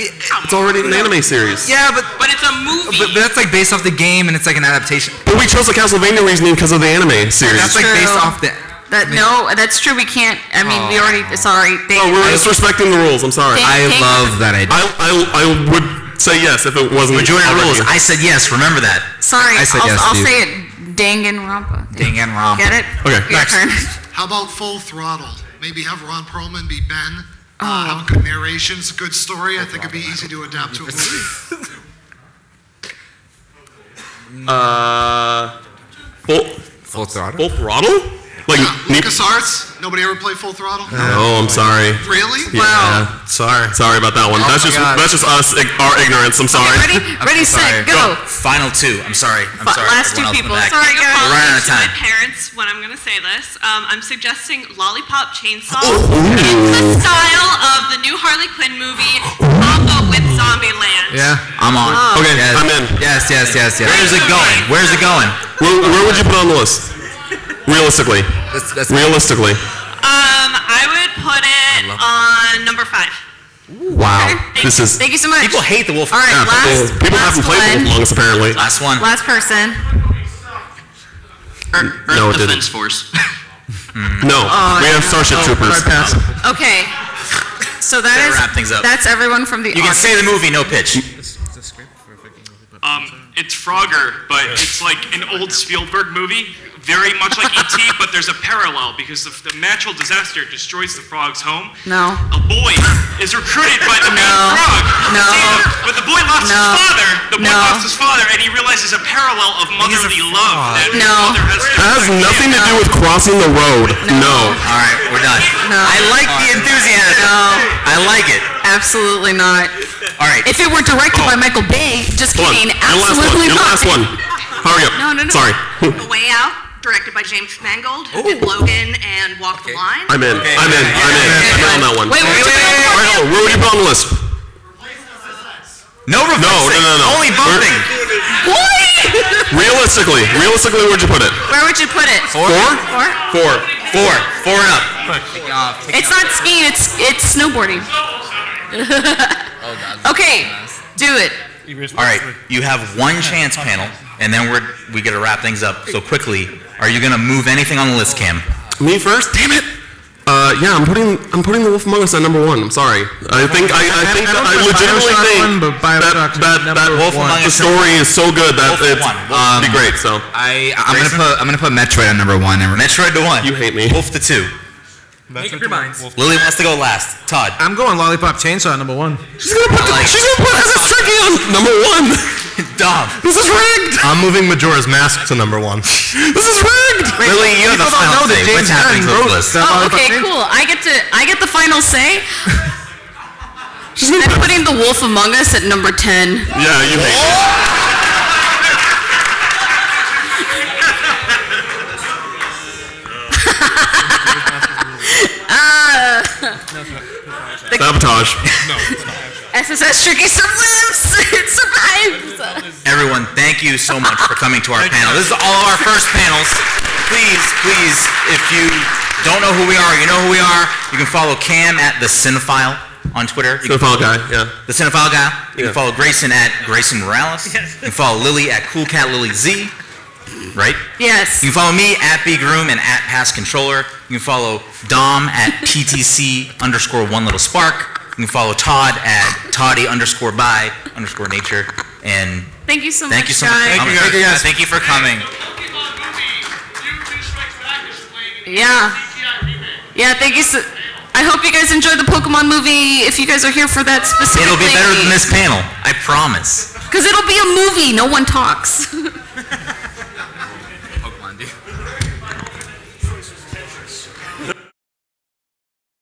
E: It's already an anime series.
T: Yeah, but but it's a movie.
G: But that's like based off the game, and it's like an adaptation.
E: But we chose the Castlevania reasoning because of the anime series.
G: That's like based off the.
C: [laughs] That, no, that's true. We can't. I mean, we already. Sorry. Thank,
E: Oh, we're disrespecting the rules. I'm sorry.
C: Thank- I thank- love
G: that idea.
E: I, I, I would say yes if it wasn't.
D: Majority
E: I'll let
D: rules.
E: you.
D: I said yes. Remember that.
C: sorry.
D: I said yes,
C: will I'll
D: dude.
C: say it. Danganronpa.
D: Dang and romp.
C: Get it?
E: Um, Okay,
C: Your turn.
U: How about Full Throttle? Maybe have Ron Perlman be Ben.
C: Oh.
U: Uh, have a good narration, it's a good story. I think it'd be easy to adapt to a
E: [laughs]
U: movie.
E: Uh, full,
G: full throttle.
E: Full throttle? Like Nip-
U: LucasArts? Nobody ever played Full Throttle?
E: No, Oh, I'm sorry.
U: Really?
E: Yeah. Sorry. Sorry about that one.
D: Oh
E: that's
D: my
E: just
D: God.
E: that's just us ig- our ignorance. I'm sorry.
D: I'm sorry. Final two. I'm sorry. I'm
E: Fi-
D: sorry.
E: last two
D: Everyone
E: people.
D: else in the back.
E: Sorry,
D: We're running out of
V: My
D: time.
V: parents, when I'm gonna say this, um, I'm suggesting Lollipop Chainsaw.
E: Ooh.
V: The style of the new Harley Quinn movie, combo with Zombieland.
G: Yeah. I'm on.
V: Oh.
E: Okay,
G: Yes.
E: I'm in.
G: Yes, yes, yes, yes.
E: Where's it
G: going? Where's it going?
E: Where, where would you put on the
C: [laughs]
E: list? Realistically. Realistically.
V: Um, I would put
E: I
V: it
E: love it.
V: on number five.
E: Wow. This is.
C: Thank you so much. People
D: hate the wolf.
C: All right,
E: Yeah,
C: last,
E: people people
C: last
E: haven't played
C: one.
E: Wolf Among Us apparently.
D: Last one.
C: Last person.
E: No, it didn't.
P: Defense Force.
E: No,
C: Oh,
E: we have
C: yeah.
E: Starship
C: Oh,
E: Troopers.
C: hard pass. Okay. So that
D: Better
C: is
D: wrap things up.
C: that's everyone from the.
D: You can
C: arc.
D: say the movie, no pitch.
M: Um, it's Frogger, but it's like an old Spielberg movie, very much like E.T., but there's a parallel because the, the natural disaster destroys the frog's home.
C: No.
M: A boy is recruited by the main frog.
C: No.
M: But the boy lost his father. The boy lost his father, and he realizes a parallel of motherly love that his
C: No.
M: mother has.
E: That has nothing to do with crossing the road. No.
D: All right, we're done.
C: No.
D: I like the enthusiasm.
C: No.
D: I like it.
C: Absolutely not.
D: All right.
C: If it were directed by Michael Bay, just
E: Hold on.
C: kidding.
E: Your last one.
C: Absolutely
E: Your
C: not.
E: last one. Hurry up.
V: No, no, no.
E: Sorry.
V: The Way Out, directed by James Mangold, who did Logan and Walk the Line.
E: I'm in. I'm in. I'm in. I'm in on that one.
V: Wait, wait, wait,
E: All
V: wait,
E: right, hold on. Where would you put on the list?
D: No
E: No,
D: reversing.
E: no, no, no.
D: Only bumping.
C: What?
E: Realistically, realistically, where'd you put it?
C: Where would you put it?
E: Four?
C: Four.
E: Four.
D: Four. Four and up.
C: It's not skiing. It's it's
D: [laughs]
C: snowboarding. okay, do it.
D: All right, you have one chance, panel, and then we're we gotta wrap things up. So quickly, are you gonna move anything on the list, Cam?
E: Me first? Damn it. Uh, yeah, I'm putting I'm putting The Wolf Among Us at number one. I'm sorry. I think I, I think that I legitimately
O: Bioshock
E: think
O: one, but Bioshock's
E: that that
O: Wolf
G: Among
E: the
G: Us-
E: story is so good that
G: Wolf
E: it's
G: one. Wolf
E: it'd be
G: one.
E: great. So
G: I I'm gonna put I'm gonna put Metroid on number one. And
D: Metroid to one.
E: You hate me.
D: Wolf to two.
N: Make up your minds.
D: Lily wants to go last. Todd.
O: I'm going Lollipop Chainsaw number one.
E: She's gonna put the, she's gonna put as a tricky on number one.
Q: [laughs]
D: Dom.
E: This is rigged.
Q: I'm moving Majora's Mask to number one.
E: This is rigged.
D: Lily, you have the
O: People don't
D: final
O: know that
D: say.
O: James
D: What's happening
O: Gunn
D: to
O: wrote
D: the list?
O: that
C: Oh, okay, cool. I get to I get the final say. I'm putting The Wolf Among Us at number ten.
E: Yeah, you hate me.
C: Uh, [laughs]
E: Sabotage. [laughs]
C: SSS Tricky [laughs] survives. it survives.
D: Everyone, thank you so much for coming to our panel. This is all of our first panels. Please, please, if you don't know who we are, you know who we are. You can follow Cam at the Cinephile on Twitter. You can
E: Cinephile
D: follow-
E: guy, yeah.
D: The Cinephile guy. You
E: Yeah.
D: can follow Grayson at Grayson Morales. You can follow Lily at Cool Cat Lily Z. Right?
C: Yes.
D: You can follow me at Big Room and at Pass Controller. You can follow Dom at PTC underscore One Little Spark. You can follow Todd at Toddy underscore By underscore Nature. And
C: Thank you so
D: thank
C: much,
D: you so much.
C: guys.
D: for coming. Thank you for coming.
C: Yeah. Yeah, thank you. So, I hope you guys enjoyed the Pokemon movie. If you guys are here for that specifically,
D: It'll be better than this panel. I promise.
C: Because it'll be a movie. No one talks. [laughs]